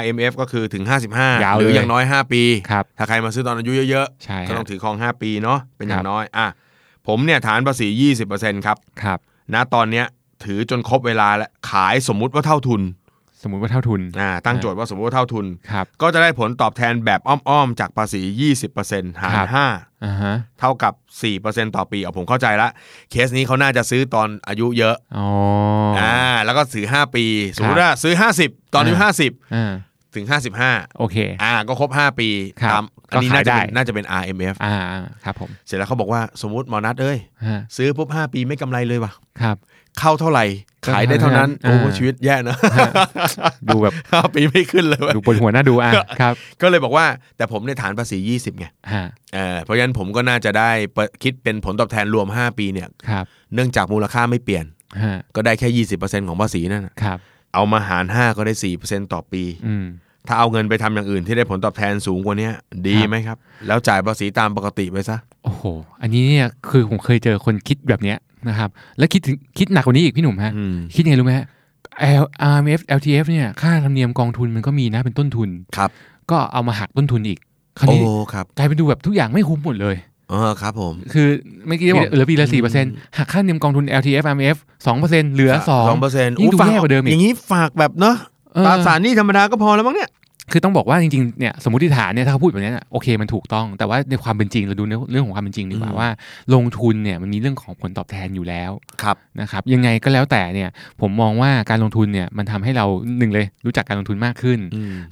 S1: RMF ก็คือถึง 55
S2: ยาว
S1: หรื
S2: เล
S1: อย อย่างน้อย 5 ปี
S2: ครับ
S1: ถ้าใครมาซื้อตอนอายุเยอะ
S2: ใช่
S1: ๆก็
S2: ฮะ
S1: ต้องถือครอง 5 ปีเนาะเป็นอย่า
S2: ครั
S1: ง
S2: บ
S1: น้อยอ่ะผมเนี่ยฐานภาษี 20%ครับ
S2: ครับ
S1: ณตอนเนี้ยถือจนครบเวลาแล้วขายสมมุติว่าเท่าทุน
S2: สมมุติว่าเท่าทุน
S1: อ่าตั้งโจทย์ว่าสมมุติว่าเท่าทุน
S2: ครับ
S1: ก็จะได้ผลตอบแทนแบบอ้อมๆ จากภาษี 20%หาร
S2: ครับ
S1: 5
S2: อ่าฮะ
S1: เท่ากับ 4%ต่อปีเอาผมเข้าใจละ เคสนี้เขาน่าจะซื้อตอนอายุเยอะ
S2: อ๋ออ
S1: อ่าแล้วก็ถือ 5 ปี สมมติ
S2: ครับ
S1: ว่าซื้อ 50 ตอนอายุ
S2: อ่า อ่า
S1: 50 ถึง 55
S2: โอเค
S1: อ่าก็ครบ 5 ปี
S2: ครับ
S1: ตามอันนี้
S2: ก็
S1: น่า
S2: ขาย
S1: จะ
S2: ได้
S1: เป็นน่าจะเป็น RMF
S2: อ่าครับผม
S1: เสร็จแล้วเขาบอกว่าสมมติหมอนัดเอ้ย
S2: ฮะ
S1: ซื้อปุ๊บ 5 ปีไม่กำไรเลยว่ะ
S2: ครับ
S1: เข้าเท่าไหร่ ขายได้เท่านั้น
S2: อ่า
S1: โอ้ชีวิตแย่นะ
S2: ดูแบบ
S1: ห้าปีไม่ขึ้นเลยเว้ย
S2: ดูปวดหัวน่าดูอ่ะ ครับ
S1: ก็เลยบอกว่าแต่ผมในยฐานภาษี 20ไง
S2: ฮะ
S1: เออเพราะฉะนั้นผมก็น่าจะได้เปิดคิดเป็นผลตอบแทนรวม 5 ปีเนี่ย
S2: ครับ
S1: เนื่องจากมูลค่าไม่เปลี่ยน
S2: ฮะ
S1: ก็ได้แค่ 20%ของภาษีนั่นน่ะ
S2: ครับ
S1: เอามาหาร 5 ก็ได้ 4%ต่อปี
S2: อืม
S1: ถ้าเอาเงินไปทำอย่างอื่นที่ได้ผลตอบแทนสูงกว่าเนี้ยดี
S2: ครับ
S1: ไหมครับ แล้วจ่ายภาษีตามปกติไปซะ
S2: โอ้โห อันนี้เนี่ยคือผมเคยเจอคนคิดแบบเนี้ยนะครับ แล้วคิดถึงคิดหนักกว่านี้อีกพี่หนุ่มฮะ
S1: อืม
S2: คิดยังไงรู้ไหมฮะ L R M F L T F เนี่ยค่าธรรมเนียมกองทุนมันก็มีนะเป็นต้นทุน
S1: ครับ
S2: ก็เอามาหักต้นทุนอีก คราว
S1: โอ้
S2: นี้
S1: ครับ
S2: กลายเป็นดูแบบทุกอย่างไม่คุ้มหมดเลย
S1: เออครับผม
S2: คือเมื่อกี้บอก
S1: ปีละ
S2: เหลือปีละสี่เปอร์เซ็นต์หักค่าธรรมเนียมกองทุน L T F R M F สองเปอร์เซ็นต์เหลือสอง
S1: สองเปอร์เซ็นต์
S2: ยิ่งดูแย่กว่าเดิมอีก
S1: อย่างนี้ฝากแบบเนาะ
S2: เออ
S1: ตราสารหนี่ธรรมดาก็พอแล้วมั้งเนี่ย
S2: คือต้องบอกว่าจริงๆ เนี่ยสมมติฐานเนี่ยถ้าเขาพูดแบบนี้นะโอเคมันถูกต้อง แต่ว่าในความเป็นจริงเราดูในเรื่องของความเป็นจริงดีกว่า
S1: อืม
S2: ว่า ลงทุนเนี่ยมันมีเรื่องของผลตอบแทนอยู่แล้ว
S1: ครับ
S2: นะครับยังไงก็แล้วแต่เนี่ยผมมองว่าการลงทุนเนี่ยมันทำให้เราหนึ่งเลยรู้จักการลงทุนมากขึ้น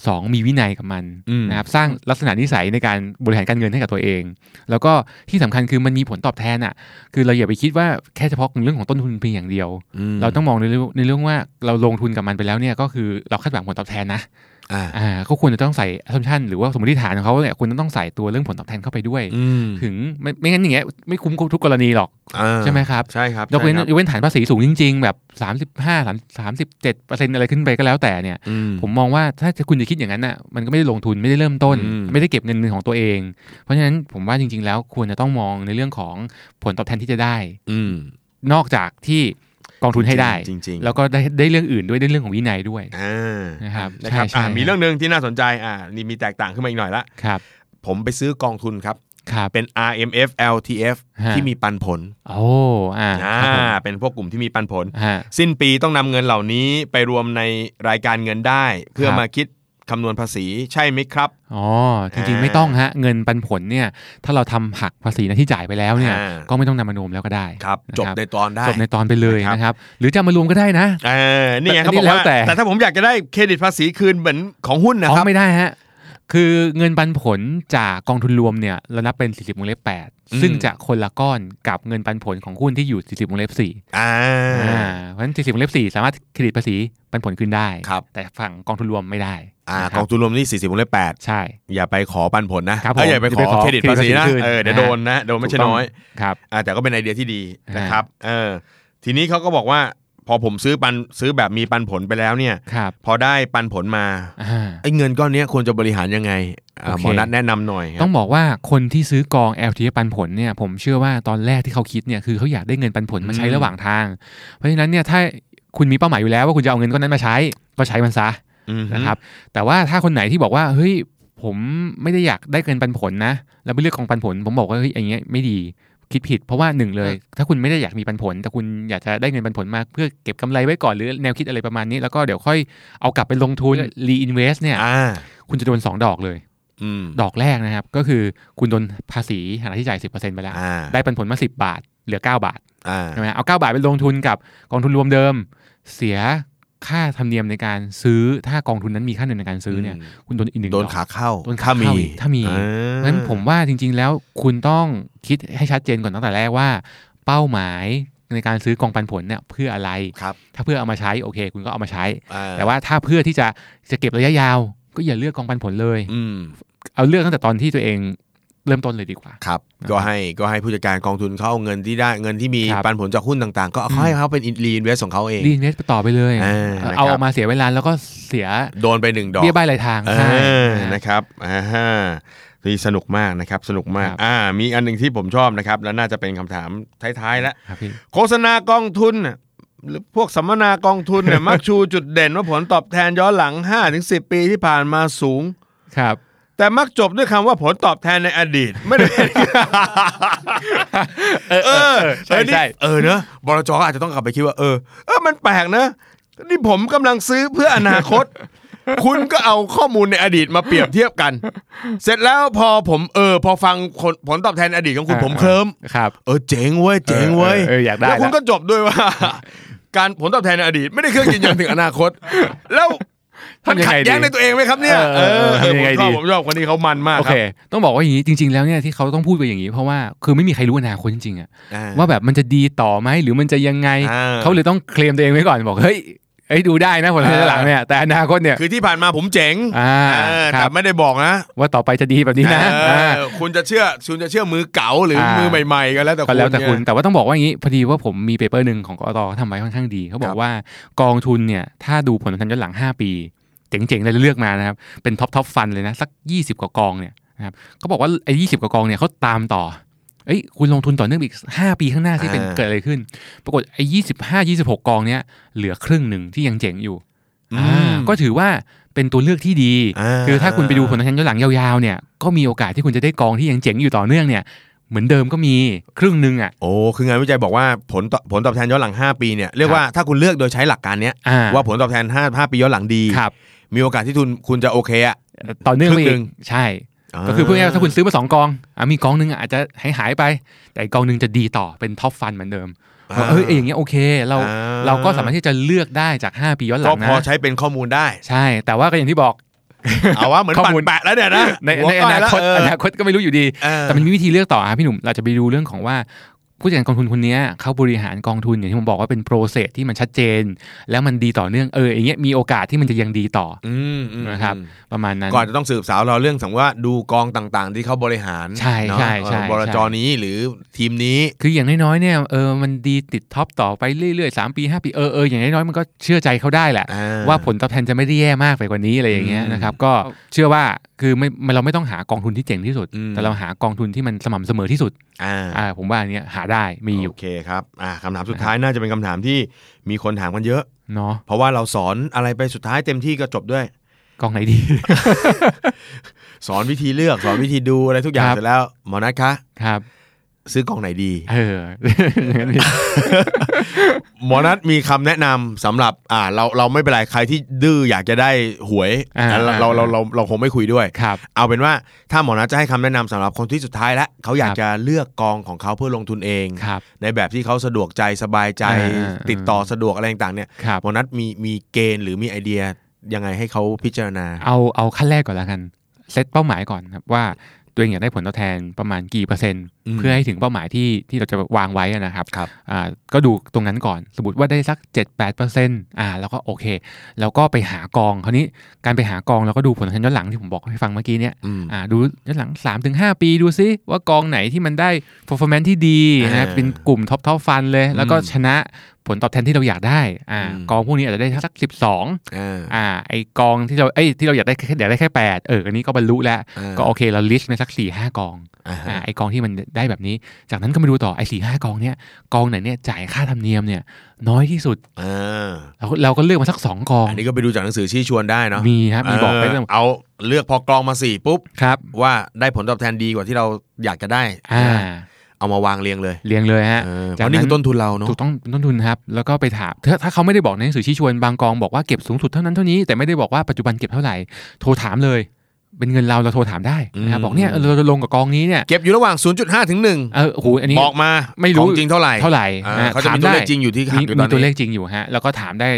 S2: สองมีวินัยกับมัน
S1: อืม
S2: นะครับสร้างลักษณะนิสัยในการบริหารการเงินให้กับตัวเอง แล้วก็ที่สำคัญคือมันมีผลตอบแทนอ่ะคือเราอย่าไปคิดว่าแค่เฉพาะเรื่องของต้นทุนเพียงอย่างเดียว
S1: ม
S2: เราต้องมองในเรื่องในเรื่องว่าเราลงทุนกับมันไปแล้วเนี่ยก็คือเราคาดหวังผลตอบแทนนะ
S1: อ่า
S2: อ่าก็ควรจะต้องใส่ assumption หรือว่าสมมติฐานของเขาเนี่ยควรจะต้องใส่ตัวเรื่องผลตอบแทนเข้าไปด้วย
S1: อืม
S2: ถึงไม่ไม่งั้นอย่างเงี้ยไม่คุ้มทุกกรณีหรอก
S1: อ่า
S2: ใช่ไหมครับ
S1: ใช่ครับ
S2: ยกเว้น
S1: ใช่ครับ
S2: ยกเว้นฐานภาษีสูงจริง ๆ แบบ 35 3 37เปอร์เซ็นต์อะไรขึ้นไปก็แล้วแต่เนี่ย
S1: อืม
S2: ผมมองว่าถ้าคุณจะคิดอย่างนั้นน่ะมันก็ไม่ได้ลงทุนไม่ได้เริ่มต้น
S1: อืม
S2: ไม่ได้เก็บเงินเป็นของตัวเอง เพราะฉะนั้นผมว่าจริง ๆ แล้วควรจะต้องมองในเรื่องของผลตอบแทนที่จะได้
S1: อืม
S2: นอกจากที่กองทุนให้ได้
S1: จริงๆ
S2: แล้วก็ได้ได้เรื่องอื่นด้วยได้เรื่องของวินัยด้วย
S1: อ่า
S2: นะครับ
S1: นะครับ
S2: ใช่ใช่
S1: อ่ามีเรื่องหนึ่งที่น่าสนใจอ่านี่มีแตกต่างขึ้นมาอีกหน่อยละ
S2: ครับ
S1: ผมไปซื้อกองทุนครับ
S2: ครับ
S1: เป็น RMF LTF
S2: ฮะ
S1: ที่มีปันผล
S2: โอ้อ่า
S1: อ่า
S2: ครับผม
S1: เป็นพวกกลุ่มที่มีปันผล
S2: ฮะ
S1: สิ้นปีต้องนำเงินเหล่านี้ไปรวมในรายการเงินได้ เพื่อ
S2: ครับ
S1: มาคิดคำนวณภาษีใช่ไหมครับ
S2: อ๋อจริง
S1: อ่า
S2: ๆไม่ต้องฮะเงินปันผลเนี่ยถ้าเราทำหักภาษีนะที่จ่ายไปแล้วเนี่ย
S1: อ่า
S2: ก็ไม่ต้องนำมารวมแล้วก็ได้
S1: ครับ จบ
S2: นะ
S1: ในตอนได้
S2: จบในตอนไปเลย
S1: นะครับ
S2: นะครับ หรือจะมารวมก็ได้นะ
S1: เออนี่ไง
S2: แต่
S1: เขาบอก
S2: นี่แล้
S1: ว่า
S2: วแต่
S1: แต่ถ้าผมอยากจะได้เครดิตภาษีคืนเหมือนของหุ้นนะ
S2: อ๋
S1: ครับ
S2: อไม่ได้ฮะคือเงินปันผลจากกองทุนรวมเนี่ยเรานับเป็น 40วงเล็บ
S1: อืม
S2: 8ซึ่งจะคนละก้อนกับเงินปันผลของหุ้นที่อยู่ 40วงเล็บ4
S1: อ่า
S2: อ่าเพราะฉะนั้น40วงเล็บ4สามารถเครดิตภาษีปันผลขึ้นได้
S1: ครับ
S2: แต่ฝั่งกองทุนรวมไม่ได้
S1: อ่า
S2: นะค
S1: ก
S2: รั
S1: อบงทุนรวมนี่40วงเล็บ8
S2: ใช่
S1: อย่าไปขอปันผลนะครับ
S2: ผม
S1: เอ้ยอย่าไปข
S2: อย่าไป
S1: อ
S2: ขอ
S1: เครดิตภาษีนะ
S2: เครดิตภาษีคืน
S1: เออเดี๋ยว
S2: นะ
S1: โดนนะโดนไม่ใช่น้อย
S2: ครับ
S1: อ่าแต่ก็เป็นไอเดียที่ดี
S2: ฮะ
S1: นะครับเออทีนี้เขาก็บอกว่า พอผมซื้อปันซื้อแบบมีปันผลไปแล้วเนี่ย
S2: ครับ
S1: พอได้ปันผลมา
S2: อ่า
S1: ไอ้เงินก้อนเนี้ยควรจะบริหารยังไงอ่า
S2: โอ
S1: ห
S2: เค
S1: มอนัดแนะนำหน่อยครับ
S2: ต้องบอกว่าคนที่ซื้อกอง LTF ปันผลเนี่ยผมเชื่อว่าตอนแรกที่เขาคิดเนี่ยคือเขาอยากได้เงินปันผลมาใช้ระหว่างทาง เพราะฉะนั้นเนี่ยถ้าคุณมีเป้าหมายอยู่แล้วว่าคุณจะเอาเงินก้อนนั้นมาใช้ก็ใช้มันซะ
S1: อืม
S2: นะครับ แต่ว่าถ้าคนไหนที่บอกว่าเฮ้ยผมไม่ได้อยากได้เงินปันผลนะแล้วไปเลือกกองปันผล ผมบอกว่าเฮ้ยอย่างเงี้ยไม่ดีคิดผิด เพราะว่าหนึ่งเลย ถ้าคุณไม่ได้อยากมีปันผล แต่คุณอยากจะได้เงินปันผลมาเพื่อเก็บกำไรไว้ก่อนหรือแนวคิดอะไรประมาณนี้แล้วก็เดี๋ยวค่อยเอากลับไปลงทุน reinvest เนี่ย
S1: อ่า
S2: คุณจะโดนสองดอกเลย
S1: อืม
S2: ดอกแรกนะครับ ก็คือคุณโดนภาษีหักหน้าที่จ่าย 10%ไปแล้ว
S1: อ่า
S2: ได้ปันผลมา 10 บาท เหลือ 9 บาท
S1: อ่า
S2: ใช่ไหมเอา 9 บาทไปลงทุนกับกองทุนรวมเดิม เสียค่าธรรมเนียมในการซื้อถ้ากองทุนนั้นมีค่าธรรมเนียมในการซื้อเนี่ย คุณโดนอีกหนึ่ง
S1: โดน
S2: ดอก
S1: ขาเข้า
S2: โดนขาเข้าอีกถ้ามี
S1: อ่า
S2: งั้นผมว่าจริง ๆ แล้วคุณต้องคิดให้ชัดเจนก่อนตั้งแต่แรกว่า เป้าหมายในการซื้อกองปันผลเนี่ยเพื่ออะไร
S1: ครับ
S2: ถ้าเพื่อเอามาใช้โอเค คุณก็เอามาใช้
S1: อ่
S2: แต่ว่าถ้าเพื่อที่จะจะเก็บระยะยาว ก็อย่าเลือกกองปันผลเลย
S1: อืม
S2: เอาเลือกตั้งแต่ตอนที่ตัวเองเริ่มต้นเลยดีกว่า
S1: ครับ ก็ให้ก็ให้ผู้จัดการกองทุนเขาเอาเงินที่ได้เงินที่มี
S2: ครับ
S1: ปันผลจากหุ้นต่างๆ ก็เอา
S2: อืม
S1: เขาให้เขาเป็นรีอินเวสของเขาเอง
S2: รีเนสไปต่อไปเลย
S1: อ่า
S2: เออ
S1: นะครับ
S2: เอาออกมาเสียเวลาแล้วก็เสีย
S1: โดนไปหนึ่งดอก
S2: เบี้ยบ้ายรายทาง
S1: เอ
S2: ใช่
S1: อ
S2: นะ
S1: นะครับอ่าฮะนี่สนุกมากนะครับ สนุกมาก
S2: ครับ
S1: อ่ามีอันหนึ่งที่ผมชอบนะครับ และน่าจะเป็นคำถามท้ายๆแล้ว
S2: ครับพี่
S1: โฆษณากองทุนน่ะหรือพวกสัมมนากองทุนเนี่ย มักชูจุดเด่นว่าผลตอบแทนย้อนหลัง 5-10 ปีที่ผ่านมาสูง
S2: ครับ
S1: แต่มักจบด้วยคำว่าผลตอบแทนในอดีต ไม่ได้เป็น เออเออ
S2: ใช่ใช่
S1: เออเนอะบรจก็อาจจะต้องกลับไปคิดว่าเออเออมันแปลกนะนี่ผมกำลังซื้อเพื่ออนาคต คุณก็เอาข้อมูลในอดีตมาเปรียบเทียบกัน เสร็จแล้วพอผมเออ พอฟังผลผลตอบแทนอดีตของคุณผมเคลิ้ม
S2: ครับ
S1: เออเจ๋งเว้ยเจ๋งเว้ย
S2: เออเอออยากได้
S1: แล้วคุณ
S2: ละ
S1: ก็จบด้วยว่า การผลตอบแทนในอดีต ไม่ได้เครื่องยืนยันถึงอนา คต แล้วมันขัดแย้งในตัวเองไหมครับเนี่ย
S2: เออเออทำยังไง
S1: ผมชอบ
S2: ดี
S1: ผมชอบคนนี้เขามันมาก
S2: โอ
S1: ครั
S2: เค ต้องบอกว่าอย่างนี้จริง ๆ แล้วเนี่ยที่เขาต้องพูดไปอย่างนี้เพราะว่าคือไม่มีใครรู้อนาคตจริงๆอะ
S1: อ่
S2: ว่าแบบมันจะดีต่อไหมหรือมันจะยังไง
S1: อ่า
S2: เขาเลยต้องเคลมตัวเองไว้ก่อนบอกเฮ้ยไอ้ยดูได้นะผลตอบแทนหลังเนี่ยแต่อนาคตเนี่ย
S1: คือที่ผ่านมาผมเจ๋ง
S2: อ่า
S1: เออ
S2: ค
S1: แต่
S2: รับ
S1: ไม่ได้บอกนะ
S2: ว่าต่อไปจะดีแบบนี้นะ
S1: เออ
S2: อ่า
S1: คุณจะเชื่อคุณจะเชื่อมือเก่าหรืออา มือใหม่ๆก็แล้วแต่
S2: ก็แล้วแต่คุณ
S1: ไง
S2: แต่ว่าต้องบอกว่าอย่างนี้พอดีว่าผมมีเปเปอร์หนึ่งของกอตทำไว้ค่อนข้างดีเขาบอ
S1: ครั
S2: ก
S1: บ
S2: ว่ากองทุนเนี่ยถ้าดูผลตอบแทนย้อนหลัง 5 ปี เจ๋งๆเลยเลือกมานะครับ เป็นท็อปท็อปฟันเลยนะ สัก 20 กว่ากองเนี่ยนะครับเขาบอกว่าไอ้ยีกว่ากองเนี่ยเขาตามต่อเอ้ยคุณลงทุนต่อเนื่องไปอีก 5 ปีข้างหน้าที่เป็นเกิดอะไรขึ้น ปรากฏไอ้ยี่สิบห้ายี่สิบหกกองเนี่ยเหลือครึ่งหนึ่งที่ยังเจ๋งอยู่
S1: อืม
S2: อ่าก็ถือว่าเป็นตัวเลือกที่ดี
S1: อ่า
S2: คือถ้าคุณไปดูผลตอบแทนย้อนหลังยาวๆเนี่ยก็มีโอกาสที่คุณจะได้กองที่ยังเจ๋งอยู่ต่อเนื่องเนี่ย เหมือนเดิมก็มีครึ่งหนึ่งอ่ะ
S1: โอ้คืองานวิจัยบอกว่าผลตอบผลตอบแทนย้อนหลัง 5 ปีเนี่ยเรียกว่าถ้าคุณเลือกโดยใช้หลักการเนี้ย
S2: อ่า
S1: ว่าผลตอบแทน5 5ปีย้อนหลังดี
S2: ครับ
S1: มีโอกาสที่ทุนคุณจะโอเคอะ
S2: ต่อเนื่อง
S1: ค
S2: ไป
S1: รึ่งหนึ่
S2: อี
S1: ง
S2: กใช่ ก็คือเพื่อถ้าคุณซื้อมาสองกองอ่ะมีกองหนึ่งอ่ะอาจจะหายหายๆไป แต่อีกกองหนึ่งจะดีต่อเป็นท็อปฟันเหมือนเดิมว่าเอ้ยเอ้ยอย่างเงี้ยโอเค เรา
S1: อ่า
S2: เราก็สามารถที่จะเลือกได้จาก 5 ปีย้อนหลั
S1: ก็
S2: งนะ
S1: พอใช้เป็นข้อมูลได้
S2: ใช่ แต่ว่าก็อย่างที่บอก
S1: เอาว่าเหมือน
S2: ข้อ
S1: ปั่น
S2: มูล
S1: แปะแล้วเนี่ยนะ
S2: ใน
S1: หัว
S2: ในอ
S1: ก้ย
S2: นา
S1: แล้ว
S2: คต
S1: เออ
S2: อนาคตก็ไม่รู้อยู่ดี
S1: เออ
S2: แต่มันมีวิธีเลือกต่อครับพี่หนุ่มเราจะไปดูเรื่องของว่าผู้จัดการกองทุนคนเนี้ยเขาบริหารกองทุนอย่างที่ผมบอกว่าเป็นโปรเซสที่มันชัดเจน แล้วมันดีต่อเนื่องเอออย่างเงี้ยมีโอกาสที่มันจะยังดีต่อ
S1: อืมอืม
S2: นะครับ
S1: อืม
S2: ประมาณนั้น
S1: ก่อนจะต้องสืบสาวเราเรื่องสังว่าดูกองต่างๆ ที่เขาบริหาร
S2: ใช่
S1: เนอะ
S2: ใช่ใช่
S1: เออบร
S2: ใช่
S1: จนี้หรือทีมนี้
S2: คืออย่างน้อยๆเนี่ยเออมันดีติดท็อปต่อไปเรื่อยๆ 3 ปี 5 ปีเออเอออย่างน้อยๆมันก็เชื่อใจเขาได้แหละ
S1: อ่า
S2: ว่าผลตอบแทนจะไม่ได้แย่มากไปกว่านี้อะไรอย่างเงี้ยนะครับก็เชื่อว่าคือไม่เราไม่ต้องหากองทุนที่เจ๋งที่สุด
S1: อืม
S2: แต่เราหากองทุนที่มันสม่ำเสมอที่สุด
S1: อ่า
S2: อ่าผมว่าอันเนี้ยหาได้มีอยู่
S1: โอเคครับอ่าคำถามสุดท้ายน่าจะเป็นคำถามที่มีคนถามกันเยอะ
S2: เนาะ
S1: เพราะว่าเราสอนอะไรไปสุดท้ายเต็มที่ก็จบด้วย
S2: กองไหน ดี
S1: สอนวิธีเลือกสอนวิธีดูอะไรทุกอย่าง
S2: ครับ
S1: เสร็จแล้วหมอนัทคะ
S2: ครับ
S1: ซื้อกองไหนดี
S2: เออ อย่างนั้นดี
S1: หมอนัทมีคำแนะนำสำหรับอ่าเราเราไม่เป็นไรใครที่ดื้ออยากจะได้หวย
S2: อ่า
S1: เราเราเราเราเราคงไม่คุยด้วย
S2: ครับ
S1: เอาเป็นว่าถ้าหมอนัทจะให้คำแนะนำสำหรับคนที่สุดท้ายแล้วเขาอยาก
S2: ครับ
S1: จะเลือกกองของเขาเพื่อลงทุนเอง
S2: ครับ
S1: ในแบบที่เขาสะดวกใจสบายใจ
S2: อ่าอ่าอ่า
S1: ติดต่อสะดวกอะไรต่างๆเนี่ย
S2: ครับ
S1: หมอนัทมีมีเกณฑ์หรือมีไอเดียยังไงให้เขาพิจารณา
S2: เอาเอาขั้นแรกก่อนละกันเซตเป้าหมายก่อนครับว่าตัวเองอยากได้ผลตอบแทนประมาณกี่เปอร์เซ็นต์
S1: อืม
S2: เพื่อให้ถึงเป้าหมายที่ที่เราจะวางไว้อะนะครับ
S1: ครับ
S2: อ่าก็ดูตรงนั้นก่อน สมมติว่าได้สัก 7-8%อ่าแล้วก็โอเค แล้วก็ไปหากองคราวนี้การไปหากองเราก็ดูผลตอบแทนย้อนหลังที่ผมบอกให้ฟังเมื่อกี้เนี่ย
S1: อืม
S2: อ่าดูย้อนหลัง 3-5 ปีดูซิว่ากองไหนที่มันได้ performance ที่ดี
S1: อ่า
S2: นะเป็นกลุ่มท็อปท็อปฟันเลย แล้วก็
S1: อืม
S2: ชนะ ผลตอบแทนที่เราอยากได้อ่า
S1: อืม
S2: กองพวกนี้อาจจะได้สัก 12
S1: อ่า
S2: อ่าไอกองที่เราเอ้ยที่เราอยากได้แค่อยากได้แค่8เอออันนี้ก็บรรลุแล้ว
S1: า
S2: ก็โอเคเราลิสต์ไปสัก4ี่ห้ากอง
S1: อ่า
S2: อ่า
S1: ฮะ
S2: ไอกองที่มันได้แบบนี้ จากนั้นก็มาดูต่อไอ้สี่ห้ากองเนี้ยกองไหนเนี่ยจ่ายค่าธรรมเนียมเนี่ยน้อยที่สุด
S1: อ่า
S2: เราก็เราก็เลือกมาสักสองกอง
S1: อันนี้ก็ไปดูจากหนังสือชี้ชวนได้เนาะ
S2: มีครับมีบอกไว้
S1: เ
S2: เรื่อง
S1: เอาเลือกพอกรองมาสี่ปุ๊บ
S2: ครับ
S1: ว่าได้ผลตอบแทนดีกว่าที่เราอยากจะได้
S2: อ่า
S1: เอามาวางเรียงเลย
S2: เรียงเลยฮะ
S1: เออเพ
S2: จากนั้น
S1: ราะนี่คือต้นทุนเราเนาะ
S2: ถูกต้องเป็นต้นทุนครับ แล้วก็ไปถามถ้าถ้าเขาไม่ได้บอกในหนังสือชี้ชวนบางกองบอกว่าเก็บสูงสุดเท่านั้นเท่านี้แต่ไม่ได้บอกว่าปัจจุบันเก็บเท่าไหร่โทรถามเลย เป็นเงินเราเราโทรถามได้นะครับบอกเนี่ยเออเราจะลงกับกองนี้เนี่ย
S1: เก็บอยู่ระหว่าง 0.5 ถึง
S2: เออโอ้โหอันนี้
S1: 1 บอกมา
S2: ไม่รู้
S1: ของจริงเท่าไหร่
S2: เท่าไหร่
S1: อ่า
S2: อ่
S1: เขาจะมีตัวเลขจริงอยู่ที่หัก
S2: มี
S1: อยู่ต
S2: มี
S1: อน
S2: ตัวเล
S1: นี้
S2: ขจริงอยู่ฮะแล้วก็ถามได้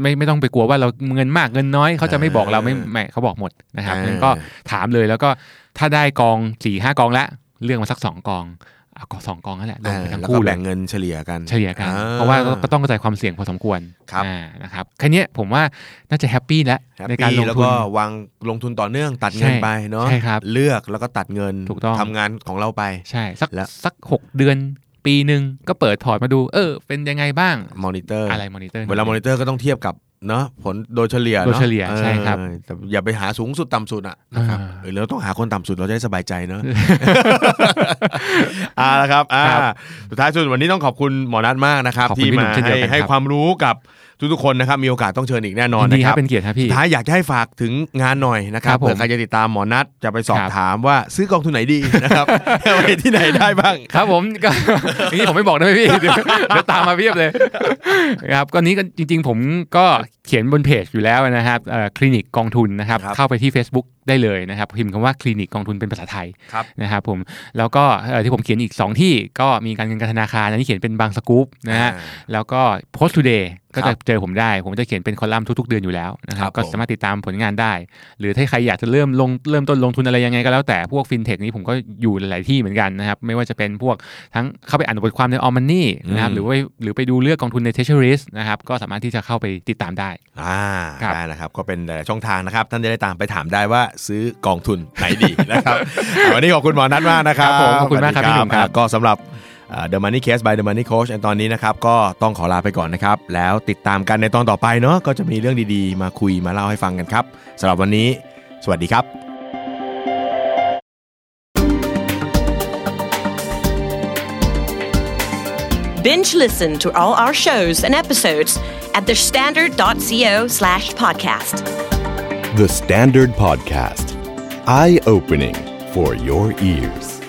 S2: ไม่ไม่ต้องไปกลัวว่าเราเงินมากเงินน้อยเขาจะไม่บอกเราไม่
S1: เออ
S2: ไม่เขาบอกหมดนะครับ
S1: เออ
S2: งั้นก็ถามเลยแล้วก็ถ้าได้กองสี่ห้ากองละเลือกมาสักสองกองเอากองสองกองนั่นแหละลง
S1: อ่า
S2: ไปทั้ง
S1: แล้ว
S2: คู่
S1: ก็
S2: เลย
S1: แบ่งเงินเฉลี่ยกัน
S2: เฉลี่ยกัน
S1: อ่า
S2: เพราะว่าก็ต้องกระจายความเสี่ยงพอสมควร
S1: ครับ
S2: อ่านะครับแค่เนี้ยผมว่าน่าจะแฮปปี้แล้ว
S1: แฮป
S2: ในการ
S1: ปี้
S2: ลง
S1: แล้ว
S2: ทุน
S1: ก็วางลงทุนต่อเนื่องตัดเงิน
S2: ใช่
S1: ไปเนาะ
S2: ใช่ครับ
S1: เลือกแล้วก็ตัดเงิน
S2: ถูกต้อง
S1: ทำงานของเราไป
S2: ใช่ สัก
S1: แล้ว
S2: สักหกเดือนปีหนึ่งก็เปิดพอร์ตมาดู เออ เป็นยังไงบ้าง
S1: มอนิเตอร์
S2: อะไรมอนิเตอร์
S1: เวลามอนิเตอร์ก็ต้องเทียบกับเนาะผลโดยเฉลี่ยนอะ
S2: โดยเฉลี่ยใช่ครับ
S1: เออแต่อย่าไปหาสูงสุดต่ำสุดอ่ะนะครับ
S2: อ่า
S1: เออแล้วต้องหาคนต่ำสุดเราจะได้สบายใจเนาะ อ่าละครับอ่า
S2: ครับ
S1: สุดท้ายสุดวันนี้ต้องขอบคุณหมอนัทมากนะครับ
S2: ขอบคุณ
S1: ที่
S2: พี่หนุ่
S1: มาม
S2: เช่นเดียว
S1: ให้
S2: กันครับ
S1: ให้ความรู้กับทุกๆคนนะครับ มีโอกาสต้องเชิญอีกแน่นอน
S2: ยิน
S1: นะ
S2: ดี
S1: ค
S2: ค
S1: รั
S2: รับ บเป็นเกียรติครับพี่
S1: สุดท้ายอยากจะให้ฝากถึงงานหน่อยนะครับ
S2: ครับผม
S1: เผื่อใครจะติดตามหมอนัทจะไปสอบ
S2: ครับ
S1: ถามว่าซื้อกองทุนไหนดีนะครับ ไปที่ไหนได้บ้าง
S2: ครับผมก็ อย่างนี่ผมไม่บอกได้ไหมพี่ เดี๋ยวเดี๋ยวตามมาเพียบเลย ครับก็นี้ก็จริง ๆ ผมก็เขียนบนเพจอยู่แล้วนะครับเอ่อคลินิกกองทุนนะครับ
S1: ครับ
S2: เข้าไปที่ Facebook ได้เลยนะครับ พิมพ์คำว่าคลินิกกองทุนเป็นภาษาไทย
S1: ครับ
S2: นะครับผมแล้วก็เอ่อที่ผมเขียนอีก 2 ที่ก็มีการเงินการธนาคารอันนี้เขียนเป็นบางสกู๊ปนะฮะแล้วก็ Post Today ก็
S1: ครั
S2: จะ
S1: บ
S2: เจอผมได้ ผมจะเขียนเป็นคอลัมน์ทุกๆเดือนอยู่แล้วนะค
S1: ค
S2: รั
S1: รั
S2: บ
S1: ผ
S2: บ
S1: ม
S2: ก็สามารถติดตามผลงานได้ หรือถ้าใครอยากจะเริ่มลงเริ่มต้นลงทุนอะไรยังไงก็แล้วแต่พวกฟินเทคนี้ผมก็อยู่หลายๆที่เหมือนกันนะครับ ไม่ว่าจะเป็นพวกทั้งเข้าไปอ่านบทความในออมมันนี่นะครับหรือว่าหรือไปดูเลือกกองทุนในเทเชอริสนะครับก็สามารถที่จะเข้าไปติดตามได้
S1: อ่า
S2: ครับ
S1: ได้นะครับก็เป็นหลายๆช่องทางนะครับ ท่านจะได้ตามไปถามได้ว่าซื้อกองทุนไหนดี นะครับ วันนี้ขอบคุณหมอนัทมากนะครับ
S2: ครับผมขอบคุณมากครับ
S1: สวัสดี
S2: พี่หนุ่มครับ
S1: ก็สำหรับเอ่อ The Money Case by The Money Coach ในตอนนี้นะครับ ก็ต้องขอลาไปก่อนนะครับ แล้วติดตามกันในตอนต่อไปเนาะก็จะมีเรื่องดีๆ มาคุยมาเล่าให้ฟังกันครับสำหรับวันนี้ สวัสดีครับ
S4: Binge listen to all our shows and episodes at thestandard.co slash podcast.
S5: The Standard Podcast, eye opening for your ears.